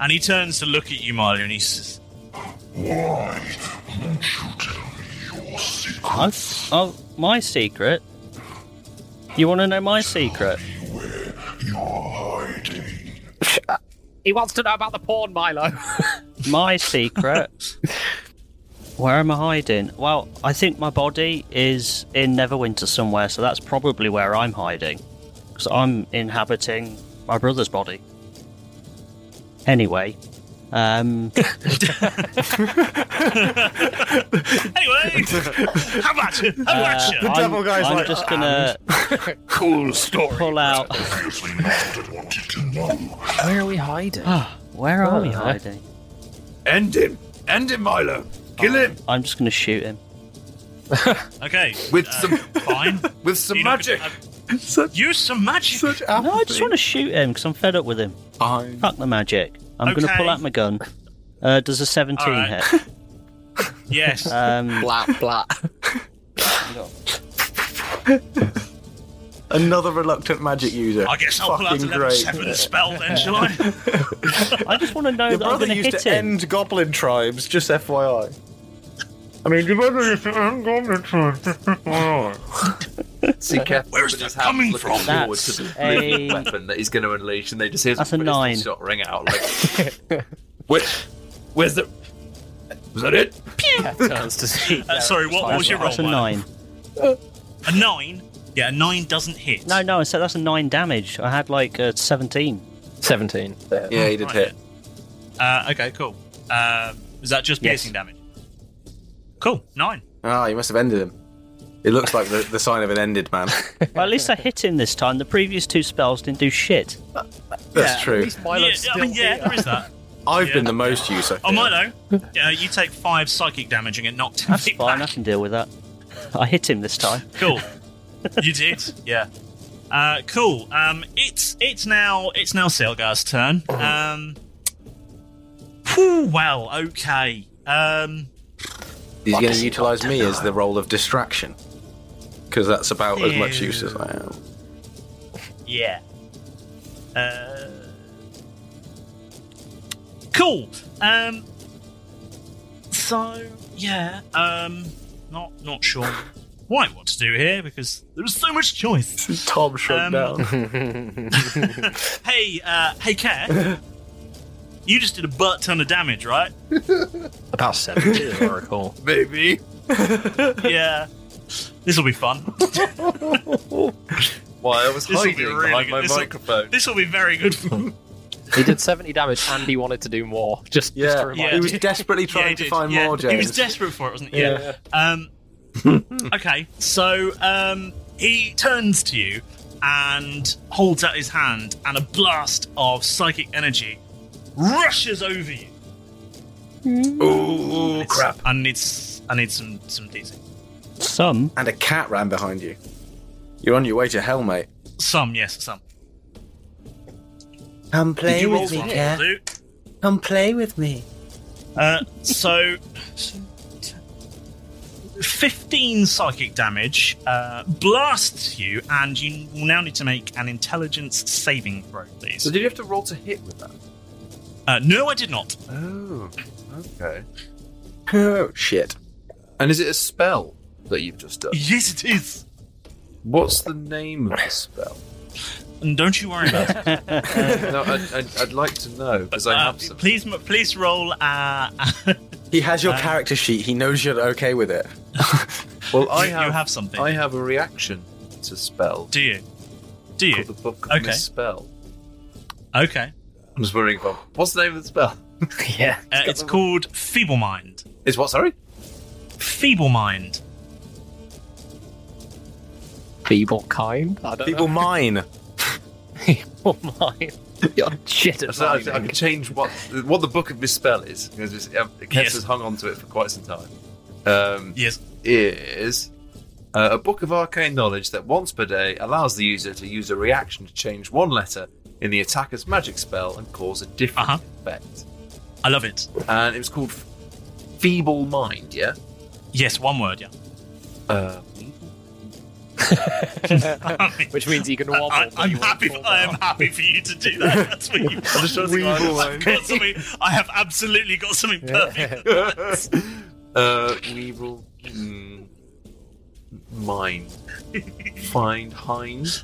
S3: And he turns to look at you, Milo, and he says,
S11: Why won't you tell me your secret?
S7: I, oh, my secret. You want to know my secret?
S6: He wants to know about the porn, Milo.
S7: My secret. Where am I hiding? Well, I think my body is in Neverwinter somewhere, so that's probably where I'm hiding. Because I'm inhabiting my brother's body. Anyway. Um,
S5: [laughs]
S3: "Anyway, how about you?
S7: uh,
S3: How about you?"
S7: I'm, I'm just gonna
S11: cool story.
S7: pull out.
S11: Obviously not that wanted to know.
S6: Where are we hiding?
S7: [gasps] Where are we
S6: Oh, no.
S7: hiding?
S5: End him. End him, Milo. Kill him
S7: I'm just gonna shoot him.
S3: Okay,
S5: with
S3: uh,
S5: some
S3: fine.
S5: [laughs] with some
S3: You're not
S5: magic.
S3: gonna- uh, Use some magic.
S7: No, I just want to shoot him because I'm fed up with him. Fuck the magic. I'm going to
S3: Okay.
S7: pull out my gun. Uh, does a 17
S3: Alright. [laughs]
S7: hit?
S3: yes.
S7: Um,
S6: Blat, blat.
S4: Another reluctant magic user.
S3: I guess I'll pull out a
S4: Fucking
S3: level
S4: great.
S3: seven spell then,
S7: [laughs]
S3: shall I? Uh,
S7: I just want to know
S4: Your
S7: that I'm
S4: brother
S7: going to
S4: used
S7: hit
S4: to
S7: him.
S4: end goblin tribes, just FYI. I mean, your brother used to end goblin tribes, just FYI.
S5: See, Kev, where's that coming from? Forward to the
S7: That's
S5: living
S7: a-
S5: [laughs] weapon that he's going to unleash, and they just hear
S7: That's
S5: some
S7: a
S5: pistol
S7: nine.
S5: shot ring out.
S3: [laughs]
S5: Like, where, where's the? Was that it?
S6: turns
S5: [laughs]
S6: to see.
S3: Uh, sorry, what, what was your roll?
S7: That's a
S3: Milo?
S7: 9.
S3: A nine? Yeah, a nine doesn't hit.
S7: No, no, I said that's a 9 damage. I had like a 17.
S6: 17.
S4: Yeah, he did
S3: Right.
S4: hit.
S3: Uh, okay, cool. Um is that just piercing damage? Cool, nine.
S4: Ah, you must have ended him. It looks like the, the sign of an
S8: [laughs]
S4: ended man.
S7: Well, at least I hit him this time. The previous two spells didn't do shit.
S4: That's true.
S3: yeah, I mean, yeah, there is that.
S4: I've
S3: yeah.
S4: been the most user. [laughs]
S3: Oh, Milo, uh, you take five psychic damage and get knocked ten
S7: That's
S3: feet
S7: fine, I
S3: back.
S7: can deal with that. [laughs] I hit him this time.
S3: Cool. you did, yeah. Uh, cool. Um, it's it's now it's now Selgar's turn. Um, whew, well, okay. Um,
S4: He's going to utilise me as the role of distraction. Because that's about as much
S3: Yeah.
S4: use as I am.
S3: Yeah. Uh, Cool. Um. So yeah. Um. Not not sure quite what to do here because there was so much choice.
S8: Tom shrugged
S3: down. [laughs] hey, uh, hey, Care. You just did a butt ton of damage, right?
S8: About 70, as I recall.
S3: Maybe. yeah. This will be fun.
S5: Why I was
S3: This'll be
S5: hiding
S3: really
S5: behind my
S3: good. This'll-
S5: microphone.
S3: This will be very good fun.
S8: He did 70 damage and he wanted to do more. [laughs] Just, yeah. just to remind
S3: Yeah.
S8: you.
S4: desperately
S3: Yeah, he did. yeah. He was desperate for it, wasn't he? Yeah.
S4: [laughs]
S3: Um, okay, so um, he turns to you and holds out his hand, and a blast of psychic energy rushes over you.
S4: Ooh, crap.
S3: I need, s- I need some, some DC.
S7: Some.
S4: And a cat ran behind you. You're on your way to hell, mate.
S3: Some, yes, some.
S4: Come
S3: Did you roll one? Will do.
S4: Come play with me.
S3: Uh, so, 15 psychic damage uh, blasts you, and you will now need to make an intelligence saving throw, please.
S5: So did you have to roll to hit with that?
S3: Uh, no, I did not.
S5: Oh, okay. Oh shit! And is it a spell that you've just done?
S3: [laughs] Yes, it is.
S5: What's the name of the spell?
S3: And don't you worry about it.
S5: no, I'd, I'd, I'd like to know because I
S3: Uh,
S5: have some.
S3: please, m- please roll. Uh, [laughs]
S4: He has your
S3: Uh,
S4: character sheet. He knows you're okay with it.
S5: Well, I
S3: you
S5: have,
S3: have something.
S5: I have a reaction to spell.
S3: Do you? Do you?
S5: The book of
S3: Okay.
S5: misspell.
S3: Okay. Uh,
S5: I'm just wondering if I'm, what's the name of the spell?
S3: yeah, uh, it's called Feeble Mind.
S5: Is what? Sorry.
S3: Feeble Mind.
S8: Feeble kind?
S7: [laughs]
S8: I don't
S4: [laughs] People
S8: know.
S4: mine.
S8: People mine.
S7: [laughs]
S8: You're shit at
S5: So I, I
S8: miming.
S5: can change what what the book of misspell is because it's- um, Kes
S3: Yes.
S5: has hung on to it for quite some time. Um,
S3: yes,
S5: is uh, a book of arcane knowledge that once per day allows the user to use a reaction to change one letter in the attacker's magic spell and cause a different effect.
S3: I love it.
S5: And it was called Feeble Mind. Yeah.
S3: Yes, one word. Yeah.
S5: Uh,
S8: Which means you can wobble.
S3: I, I'm happy. For, I am happy for you to do that. That's
S5: [laughs]
S3: what you've
S5: I'm just trying to think
S3: I've,
S5: of-
S3: I've got something. I have absolutely got something perfect.
S5: uh, Weevil. Mm, mine. [laughs] Find Hind.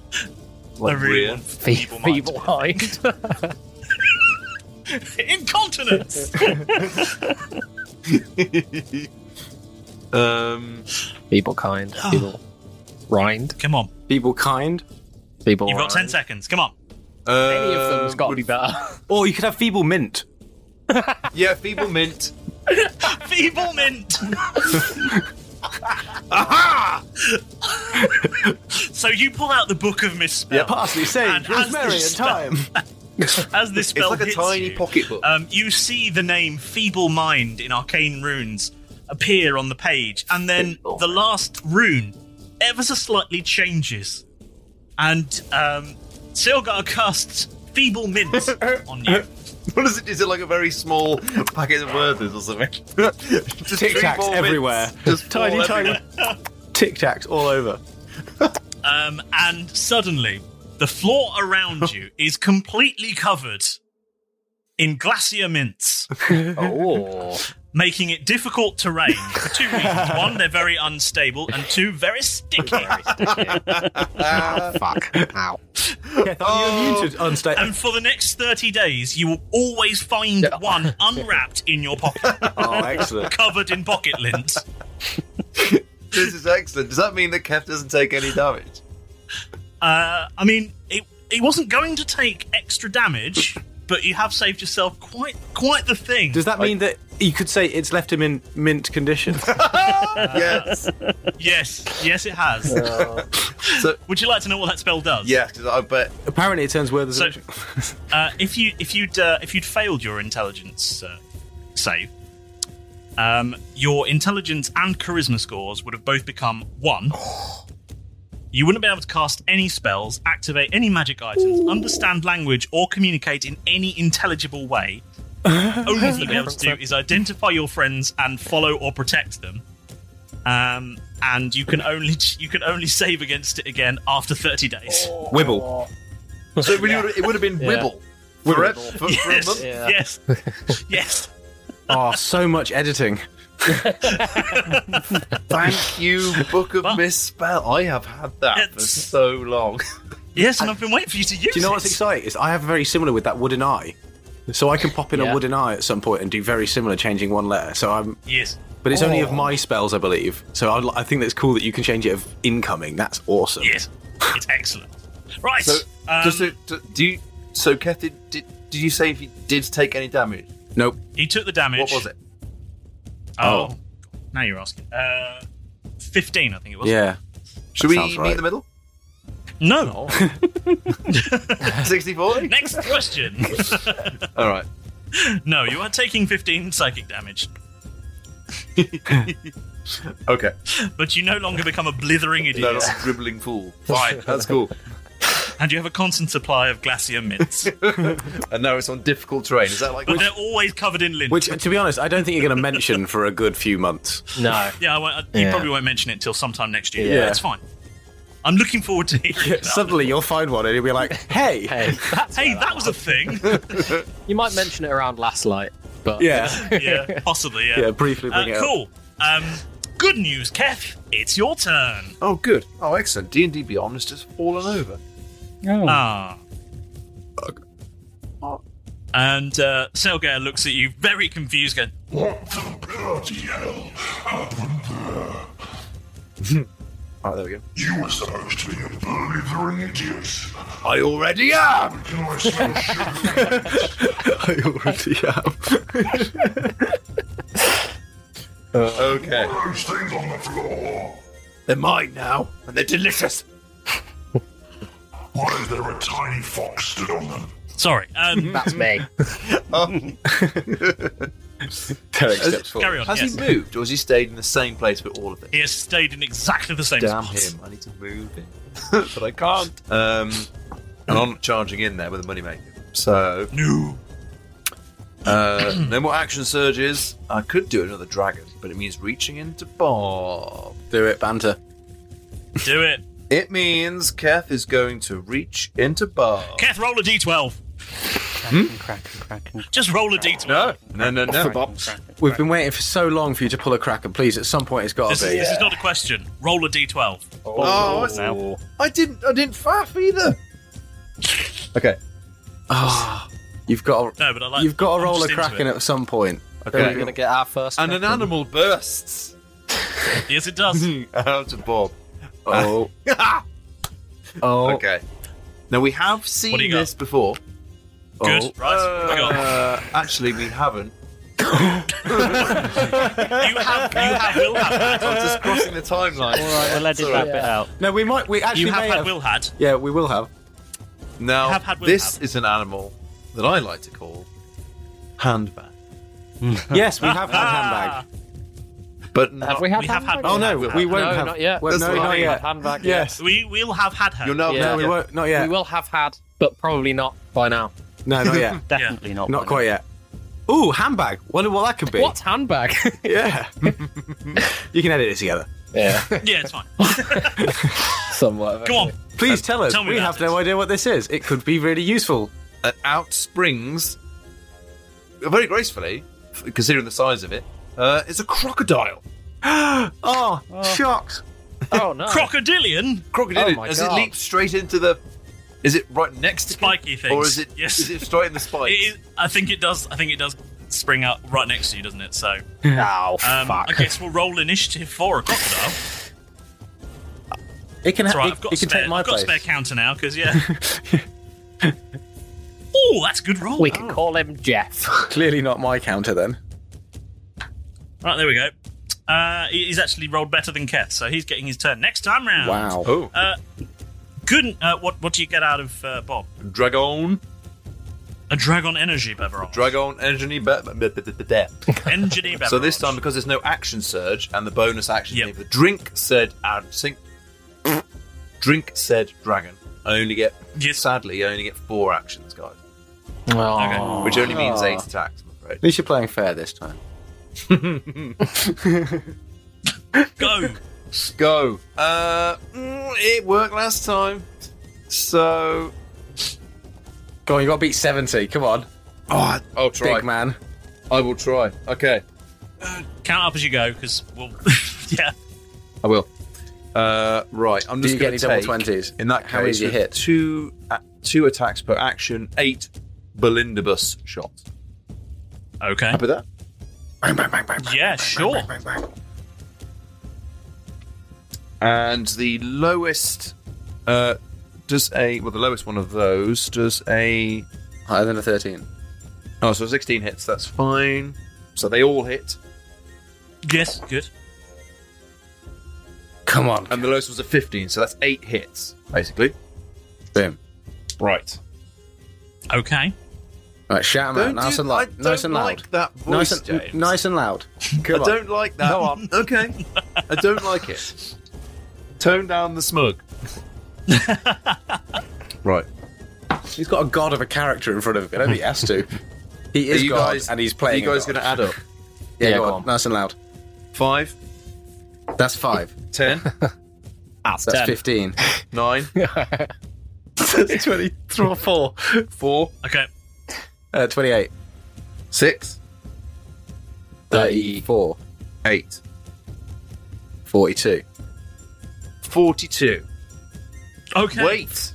S5: Like
S3: really
S5: rear.
S3: want Feeble Mind. Feeble
S8: Hind.
S3: [laughs] Incontinence.
S5: um,
S8: feeble kind.
S4: Oh.
S8: Feeble. Rind.
S3: Come on.
S4: Feeble kind.
S8: Feeble.
S3: You've got ten seconds. Come on. [laughs]
S8: Any
S5: uh,
S8: of them's got to be [laughs] better.
S4: Or you could have feeble mint.
S5: yeah, feeble mint.
S3: Feeble
S5: [laughs]
S3: mint.
S5: Aha!
S3: So you pull out the book of misspell.
S4: Yeah, parsley, sage,
S3: as
S4: rosemary,
S3: this
S4: Oh. and thyme.
S3: As this spell
S5: It's like a
S3: hits
S5: tiny
S3: you,
S5: pocketbook.
S3: Um, you see the name Feeble Mind in arcane runes appear on the page, and then the last rune ever so slightly changes, and um, Silgar casts Feeble Mint on you.
S5: What is it? Is it like a very small packet of Werther's or something? Just
S4: Tic
S5: three
S4: tacs
S5: ball
S4: everywhere.
S5: bits Just
S4: Tiny,
S5: fall
S4: tiny
S5: everywhere.
S4: tic tacs all over.
S3: Um, and suddenly, the floor around you is completely covered in glacier mints,
S8: Oh.
S3: making it difficult terrain for two reasons. One, they're very unstable, and two, very sticky.
S8: oh, fuck. Ow.
S4: [laughs] Yeah, I thought you were muted. Unsta-
S3: And for the next 30 days, you will always find one unwrapped in your pocket,
S5: [laughs]
S4: oh, excellent.
S3: covered in pocket lint.
S5: This is excellent. Does that mean that Kev doesn't take any damage?
S3: Uh, I mean, it, it wasn't going to take extra damage, but you have saved yourself quite quite the thing.
S4: Does that mean that you could say it's left him in mint condition?
S5: yes.
S3: Yes, yes, it has. [laughs]
S5: So-
S3: Would you like to know what that spell does?
S5: Yeah, because I bet.
S4: [laughs] Apparently, it turns Werther's.
S3: So, uh, if you if you'd uh, if you'd failed your intelligence uh, save, um, your intelligence and charisma scores would have both become one. You wouldn't be able to cast any spells, activate any magic items, understand language, or communicate in any intelligible way. Only thing you'd be able to do is identify your friends and follow or protect them. Um, and you can only [laughs] you can only save
S4: Oh,
S3: against it again after thirty days.
S4: [laughs] Wibble.
S5: So it would, it would have been
S8: Yeah.
S5: Wibble.
S3: Forever.
S4: For- for
S3: [laughs]
S4: a
S3: yes,
S4: month?
S3: yes, yes.
S4: oh, so much editing.
S5: Thank you, Book of Misspell. I have had that for so long. [laughs]
S3: Yes, and I've been waiting for you to use
S4: Do you know what's exciting? Is I have very similar with that wooden eye. So I can pop in
S3: Yeah.
S4: a wooden eye at some point and do very similar, changing one letter. So I'm.
S3: Yes.
S4: But it's only of
S3: Oh.
S4: my spells, I believe. So I, li- I think that's cool that you can change it of incoming. That's awesome.
S3: Yes. It's excellent. Right.
S5: So,
S3: um,
S5: just to, to- do you, so, Keth, did, did, did you say if he did take any damage?
S4: Nope.
S3: He took the damage.
S5: What was it?
S3: Oh, now you're asking. Uh, fifteen, I think it was.
S5: Should we meet in the middle?
S3: No.
S5: 64?
S3: Next question.
S5: All right.
S3: no, you are taking 15 psychic damage,
S5: Okay.
S3: but you no longer become a blithering idiot.
S5: No, not a dribbling fool. [laughs] Fine, that's cool.
S3: And you have a constant supply of glacier mints.
S5: and now it's on difficult terrain. Is that like.
S3: but they're always covered in lint.
S4: Which, to be honest, I don't think you're going to mention for a good few [laughs] months.
S3: Yeah, I won't, I- you
S4: Yeah.
S3: probably won't mention it till sometime next year.
S4: Yeah.
S3: Yeah. That's fine. I'm looking forward to hearing about
S4: Suddenly you'll find one and you'll be like, hey.
S8: Hey, that's
S3: Hey, that was a thing.
S8: You might mention it around last light, but
S4: Yeah.
S3: yeah, possibly. Yeah,
S8: Yeah, briefly bring it
S3: uh,
S8: up.
S3: Cool. Um, good news, Kef. It's your turn.
S5: Oh, good. Oh, excellent. D&D Beyond has just fallen over.
S7: Oh.
S3: Ah. And uh, Selgair looks at you very confused, going,
S11: What the bloody hell happened there?
S5: All right, Hmm. there we go.
S11: You were supposed to be a blithering idiot.
S5: I already am!
S11: Can I
S5: [laughs]
S11: smell sugar?
S4: I already am.
S5: okay.
S11: All those things on the floor.
S5: They're mine now, and they're delicious.
S11: Why is there a tiny fox stood on them?
S3: Sorry, um,
S6: [laughs] that's me.
S3: [laughs]
S4: Derek
S5: Has-
S4: steps
S3: forward. Carry on,
S5: Has
S3: yes.
S5: he moved, or has he stayed in the same place for all of it?
S3: He has stayed in exactly the same
S5: Damn
S3: spot.
S5: him! I need to move him, [laughs] but I can't. Um, and I'm not charging in there with the moneymaker. So
S3: no,
S5: uh, no more action surges. I could do another dragon, but it means reaching into Bob.
S4: Do it, banter.
S3: Do it.
S5: It means Keth is going to reach into Bob.
S3: Keth, roll a d12. Just roll a d12.
S5: No, no, no, no.
S4: [laughs] We've been waiting for so long for you to pull a crack, and please, at some point, it's
S14: Oh,
S4: got
S3: This,
S4: to
S3: is,
S4: be.
S3: this is not a question. Roll a d12.
S5: Oh, I see. I didn't. I didn't faff either. Okay.
S4: Ah, you've got.
S3: No, but I like.
S4: you've got to
S3: I'm
S4: roll a
S3: just into
S4: Kraken
S3: it.
S4: at some point.
S5: Okay.
S4: There we
S5: We're
S4: go.
S5: gonna
S8: get our first.
S5: And an animal bursts [laughs]
S3: Yes, it does.
S5: out of Bob.
S4: Oh. oh.
S5: Okay. Now we have seen
S3: What do you got?
S5: this before.
S3: Good.
S5: Oh.
S3: Right. Hang on.
S5: Uh, actually, we haven't.
S3: you have. You have. Will have.
S5: I'm just crossing the timeline.
S7: All right, we'll edit
S5: It's
S7: that
S5: all right.
S7: bit out.
S4: No, we might. We actually
S3: You have
S4: may
S3: had.
S4: have-
S3: Will had.
S4: Yeah, we will have.
S5: Now,
S3: Have had, will
S5: this
S3: have.
S5: is an animal that I like to call handbag.
S4: [laughs] yes, we have had handbag.
S5: But not,
S8: Have we had?
S3: We have
S8: handbag?
S3: had-
S4: Oh [laughs] no,
S3: Will
S4: we
S3: have.
S4: won't
S8: no,
S4: have.
S8: not yet.
S4: Well,
S5: That's
S4: no,
S5: what
S4: not
S5: I
S8: We
S4: yet.
S8: haven't had handbag.
S4: Yes.
S3: We will have had her.
S5: you'll know.
S8: Yeah.
S4: No, we won't. Not
S8: yet.
S4: yet.
S8: We will have had, but probably not by now.
S4: No, not yet.
S7: Definitely not.
S4: not quite yet. Ooh, handbag. Wonder what that could be.
S8: What's handbag?
S4: Yeah. you can edit it together. [laughs]
S8: yeah,
S3: Yeah, it's fine.
S8: somewhat.
S3: Come on.
S4: Please tell us.
S3: tell me
S4: we
S3: about
S4: have no idea what this is. It could be really useful.
S5: And Uh, out springs, very gracefully, f- considering the size of it, uh, it's a crocodile.
S4: Oh, shocks.
S8: Oh no.
S3: Crocodilian.
S5: Crocodile.
S8: Oh my
S5: as
S8: God.
S5: it leaps straight into the. Is it right next to
S3: Spiky
S5: Kith?
S3: things.
S5: Or is it?
S3: Yes.
S5: Is it straight in the
S3: [laughs] It
S5: spike?
S3: is, I think it does. I think it does spring up right next to you, doesn't it? So,
S4: [laughs]
S3: um,
S8: Oh
S3: I guess we'll roll initiative for a
S4: [laughs]
S3: crocodile.
S4: It can.
S3: That's
S4: Ha-
S3: right.
S4: it,
S3: I've got
S4: it
S3: a
S4: can
S3: spare.
S4: take my
S3: I've got a spare
S4: place.
S3: counter now because
S4: [laughs]
S3: yeah. oh, that's a good roll.
S6: We can call him Jeff.
S4: [laughs] Clearly not my counter then.
S3: Right there we go. Uh, he- he's actually rolled better than Keth, so he's getting his turn next time round.
S4: Wow.
S5: Oh,
S3: Uh, good. Uh, what what do you get out of uh, Bob?
S5: dragon.
S3: A dragon energy beverage.
S5: Dragon energy. Be-
S3: Engineer beverage.
S5: So this time, because there's no action surge and the bonus action,
S3: Yep.
S5: thing, the drink said ad sink, drink said dragon. I only get
S3: Yes.
S5: sadly, I only get four actions, guys,
S3: Okay.
S5: which only means
S4: Aw.
S5: eight attacks. I'm afraid.
S4: At least you're playing fair this time.
S3: Go.
S5: Go. Uh, mm, it worked last time, so
S4: Go on, you got to beat 70. Come on.
S2: Oh,
S4: I'll try. Big man.
S14: I will try. Okay.
S3: Count up as you go, because we'll. [laughs] yeah.
S14: I will.
S5: Uh, right, I'm
S4: Do
S5: just
S4: you get
S5: going
S4: any
S5: to
S4: double
S5: take
S4: 20s?
S5: in that case.
S4: How many do you
S5: with
S4: hit?
S5: Two uh, two attacks per action, eight Belindabus shots.
S3: Okay.
S5: Happy with that?
S3: Yeah, sure.
S5: And the lowest uh, does a well, the lowest one of those does a
S4: higher than a thirteen.
S5: Oh, so sixteen hits. That's fine. So they all hit.
S3: Yes, good.
S4: Come on.
S5: And the lowest was a fifteen, so that's eight hits basically.
S4: Boom.
S5: Right.
S3: Okay.
S4: All right, shout them out.
S5: Don't
S4: Nice
S5: do-
S4: and
S5: I
S4: loud.
S5: don't
S4: Nice and loud.
S5: like that voice,
S4: nice and,
S5: James.
S4: nice
S5: [laughs]
S4: and loud. Come
S5: I
S4: on.
S5: don't like that.
S4: Go on.
S5: [laughs] Okay. I don't like it. Tone down the smug.
S4: [laughs] Right. He's got a god of a character in front of him. I don't
S14: [laughs]
S4: think he has to. He
S5: Are
S4: is
S5: you
S4: god,
S5: guys-
S4: and he's playing.
S5: are you guys
S4: going
S5: gonna add up?
S4: Yeah,
S5: Yeah,
S4: go
S5: go
S4: on. Nice and loud.
S5: Five.
S4: That's five.
S5: Ten.
S4: [laughs] That's,
S5: ten.
S4: [laughs] fifteen.
S5: Nine.
S4: That's twenty. Throw four.
S5: Four.
S3: Okay.
S4: Uh, Twenty-eight.
S5: Six.
S4: Thirty-four.
S5: Eight.
S4: Forty-two.
S5: Forty-two.
S3: Okay.
S5: Wait.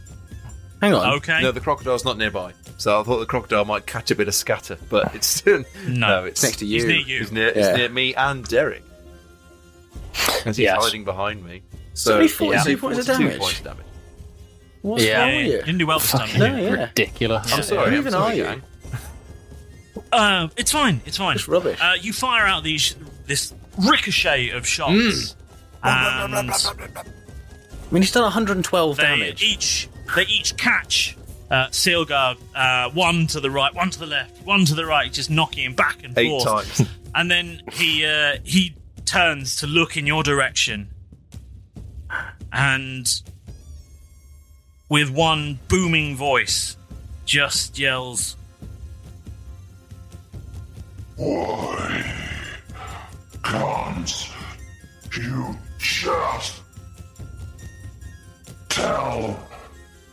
S4: Hang on.
S3: Okay.
S5: No, the crocodile's not nearby. So I thought the crocodile might catch a bit of scatter, but it's still no. it's
S4: Next to you.
S5: It's near you. It's near, it's
S4: Yeah.
S5: near me and Derek. Because he's
S4: Yes.
S5: hiding behind me.
S4: So
S5: So
S4: only 42
S5: Yeah.
S4: points of damage.
S5: points of damage.
S4: What's
S3: Yeah.
S4: wrong with you?
S3: You didn't do well this time,
S4: Oh, Fucking
S3: did you?
S4: hell, yeah.
S3: Ridiculous.
S4: I'm sorry.
S3: Yeah.
S4: Who even
S3: Sorry,
S4: are you?
S3: gang. Uh, it's fine. It's fine. It's
S4: rubbish.
S3: Uh, you fire out these this ricochet of
S5: Mm.
S3: shots, and
S4: I mean, he's done 112
S3: they each they each catch uh, Silgar, uh, one to the right, one to the left, one to the right, just knocking him back and
S5: Eight
S3: forth.
S5: times.
S3: [laughs] And then he uh, he turns to look in your direction, and with one booming voice, just yells,
S11: Why can't you just tell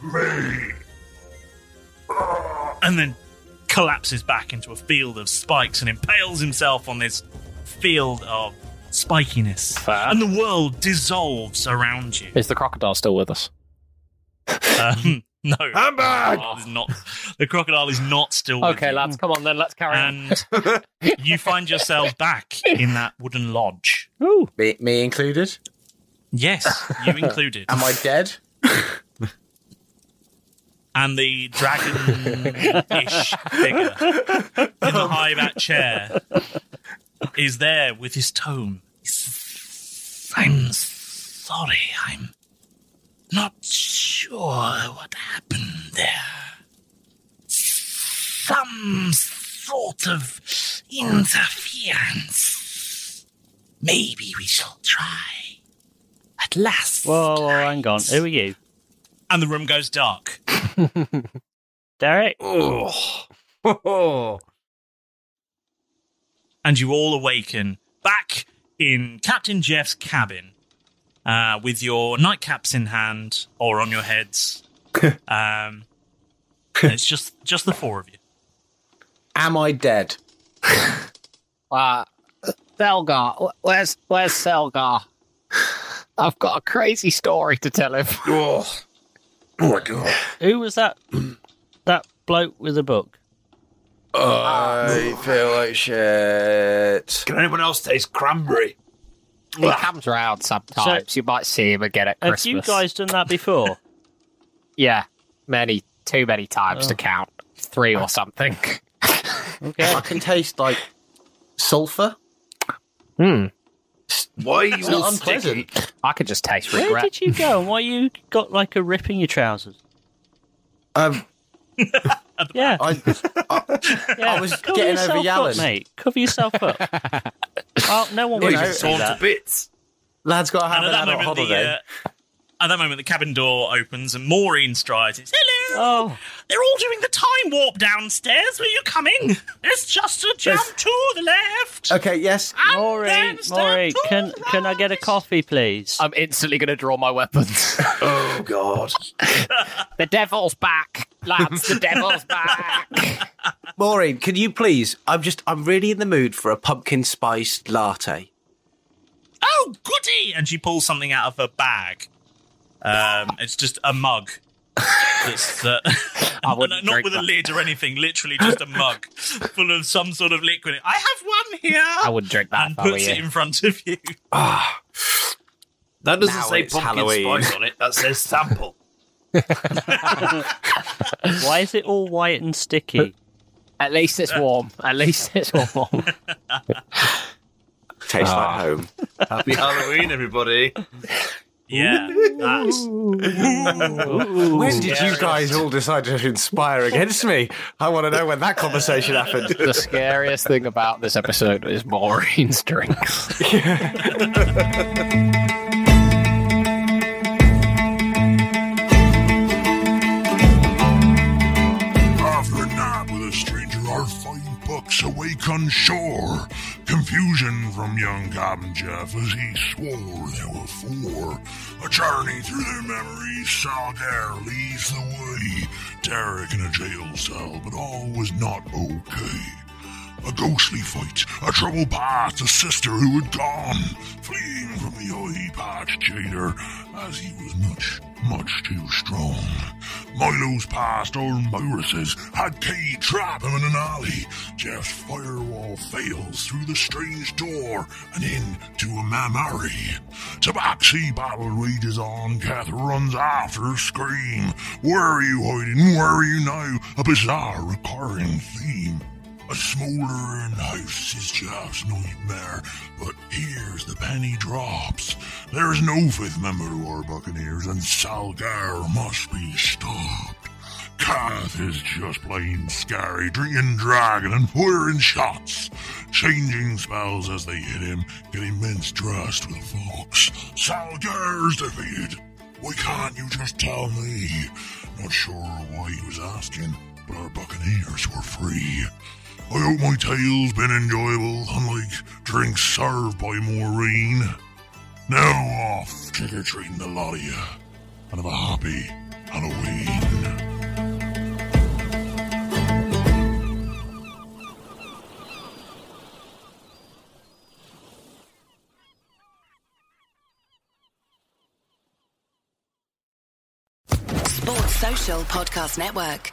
S11: me?
S3: and then collapses back into a field of spikes and impales himself on this field of spikiness. And the world dissolves around you.
S8: Is the crocodile still with us?
S3: Um, [laughs] no, Humbug! Is not the crocodile is not still. with
S6: Okay,
S3: you.
S6: lads, come on then, let's carry
S7: Um,
S4: [laughs]
S3: And you find yourselves back in that wooden lodge.
S4: Ooh. Me, me included.
S3: Yes,
S4: [laughs]
S3: you included.
S4: Am I dead?
S3: and the dragon-ish figure in the high back chair is there with his tone. I'm sorry, I'm not sure what happened there. Some sort of interference. Maybe we shall try. At last.
S7: Whoa, whoa, hang on. Who are you?
S3: And the room goes dark.
S7: Derek?
S4: Oh.
S3: and you all awaken back in Captain Jeff's cabin uh, with your nightcaps in hand or on your heads. um, and it's just just the four of you.
S4: Am I dead?
S6: Uh, Selgar, wh- where's where's Selgar? I've got a crazy story to tell him.
S11: Oh, oh my god.
S7: Who was that? that bloke with the book?
S4: I feel like shit.
S2: Can anyone else taste cranberry?
S6: He comes round sometimes. you might see him again at
S7: Have
S6: Christmas.
S7: you guys done that before?
S6: [laughs] Yeah, many, too many times
S8: Oh.
S6: to count. Three or something. [laughs]
S4: Okay. I can taste like sulfur.
S6: Hmm.
S2: Why are
S4: It's not unpleasant.
S6: I could just taste
S7: Where
S6: regret.
S7: did you go and why you got like a rip in your trousers?
S6: [laughs]
S4: Um.
S7: yeah.
S4: I, I was
S7: Cover
S4: getting
S7: yourself
S4: over
S7: Up,
S4: Yallen.
S7: mate. Cover yourself up.
S6: [laughs]
S7: well, no one
S4: You
S7: was
S4: know,
S7: see
S4: torn to
S7: that.
S2: bits.
S4: Lad's got to have
S3: And
S4: an
S3: at that
S4: adult
S3: moment,
S4: holiday.
S3: the uh, at that moment, the cabin door opens and Maureen strides. in.
S7: Oh,
S3: Hello. They're all doing the time warp downstairs. Were you coming? It's just a jump to the left.
S4: Okay, yes.
S7: Maury, Maury, can can I get a coffee, please?
S6: I'm instantly going to draw my weapons.
S2: oh God!
S6: the devil's back. lads. The devil's back.
S4: Maureen, can you please? I'm just, I'm really in the mood for a pumpkin spice latte.
S3: Oh, goody! And she pulls something out of her bag. Um, it's just a mug. That's, uh, [laughs] not
S6: drink
S3: with a
S6: that.
S3: lid or anything. Literally, just
S6: [laughs]
S3: a mug full of some sort of liquid. I have one here.
S6: I would drink that.
S3: and
S6: if I were
S3: puts
S6: you.
S3: it in front of you.
S2: That doesn't
S3: Now
S2: say
S3: it's
S2: pumpkin
S3: Halloween.
S2: spice on it. That says sample.
S7: Why is it all white and sticky? Uh,
S6: At least it's warm.
S7: [laughs]
S6: At least it's warm.
S4: Tastes like home.
S2: [laughs] Happy Halloween, everybody.
S3: Yeah.
S4: When did you guys all decide to conspire against me? I want to know when that conversation happened.
S8: the scariest thing about this episode is Maureen's drinks.
S11: After a night with a stranger, our fine bucks awake on shore. Confusion from young Captain Jeff as he swore there were four. A journey through their memories, solitaire leads the way. Derek in a jail cell, but all was not okay. A ghostly fight, a troubled past, a sister who had gone, fleeing from the eye patch jailer as he was much, much too strong. Milo's past or Maurus's had Kay trap him in an alley. Jeff's firewall fails through the strange door and into a mamari. Tabaxi battle rages on. Kath runs after her scream. Where are you hiding? Where are you now? A bizarre recurring theme. A smoldering house is Jeff's nightmare, but here's the penny drops. There is no fifth member to our Buccaneers, and Salgar must be stopped. Kath is just plain scary, drinking dragon and firing shots, changing spells as they hit him, getting immense trust with Fox. Salgar's defeated. Why can't you just tell me? Not sure why he was asking, but our Buccaneers were free. I hope my tale's been enjoyable, unlike drinks served by Maureen. Now off trick or treating the lot of you, and have a happy Halloween.
S1: Sports Social Podcast Network.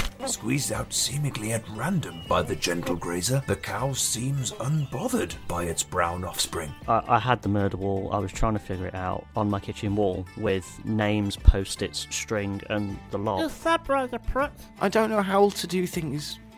S15: Squeezed out seemingly at random by the gentle grazer, the cow seems unbothered by its brown offspring.
S7: I, I had the murder wall. I was trying to figure it out on my kitchen wall with names, post-its, string, and the lot.
S16: I don't know how to do things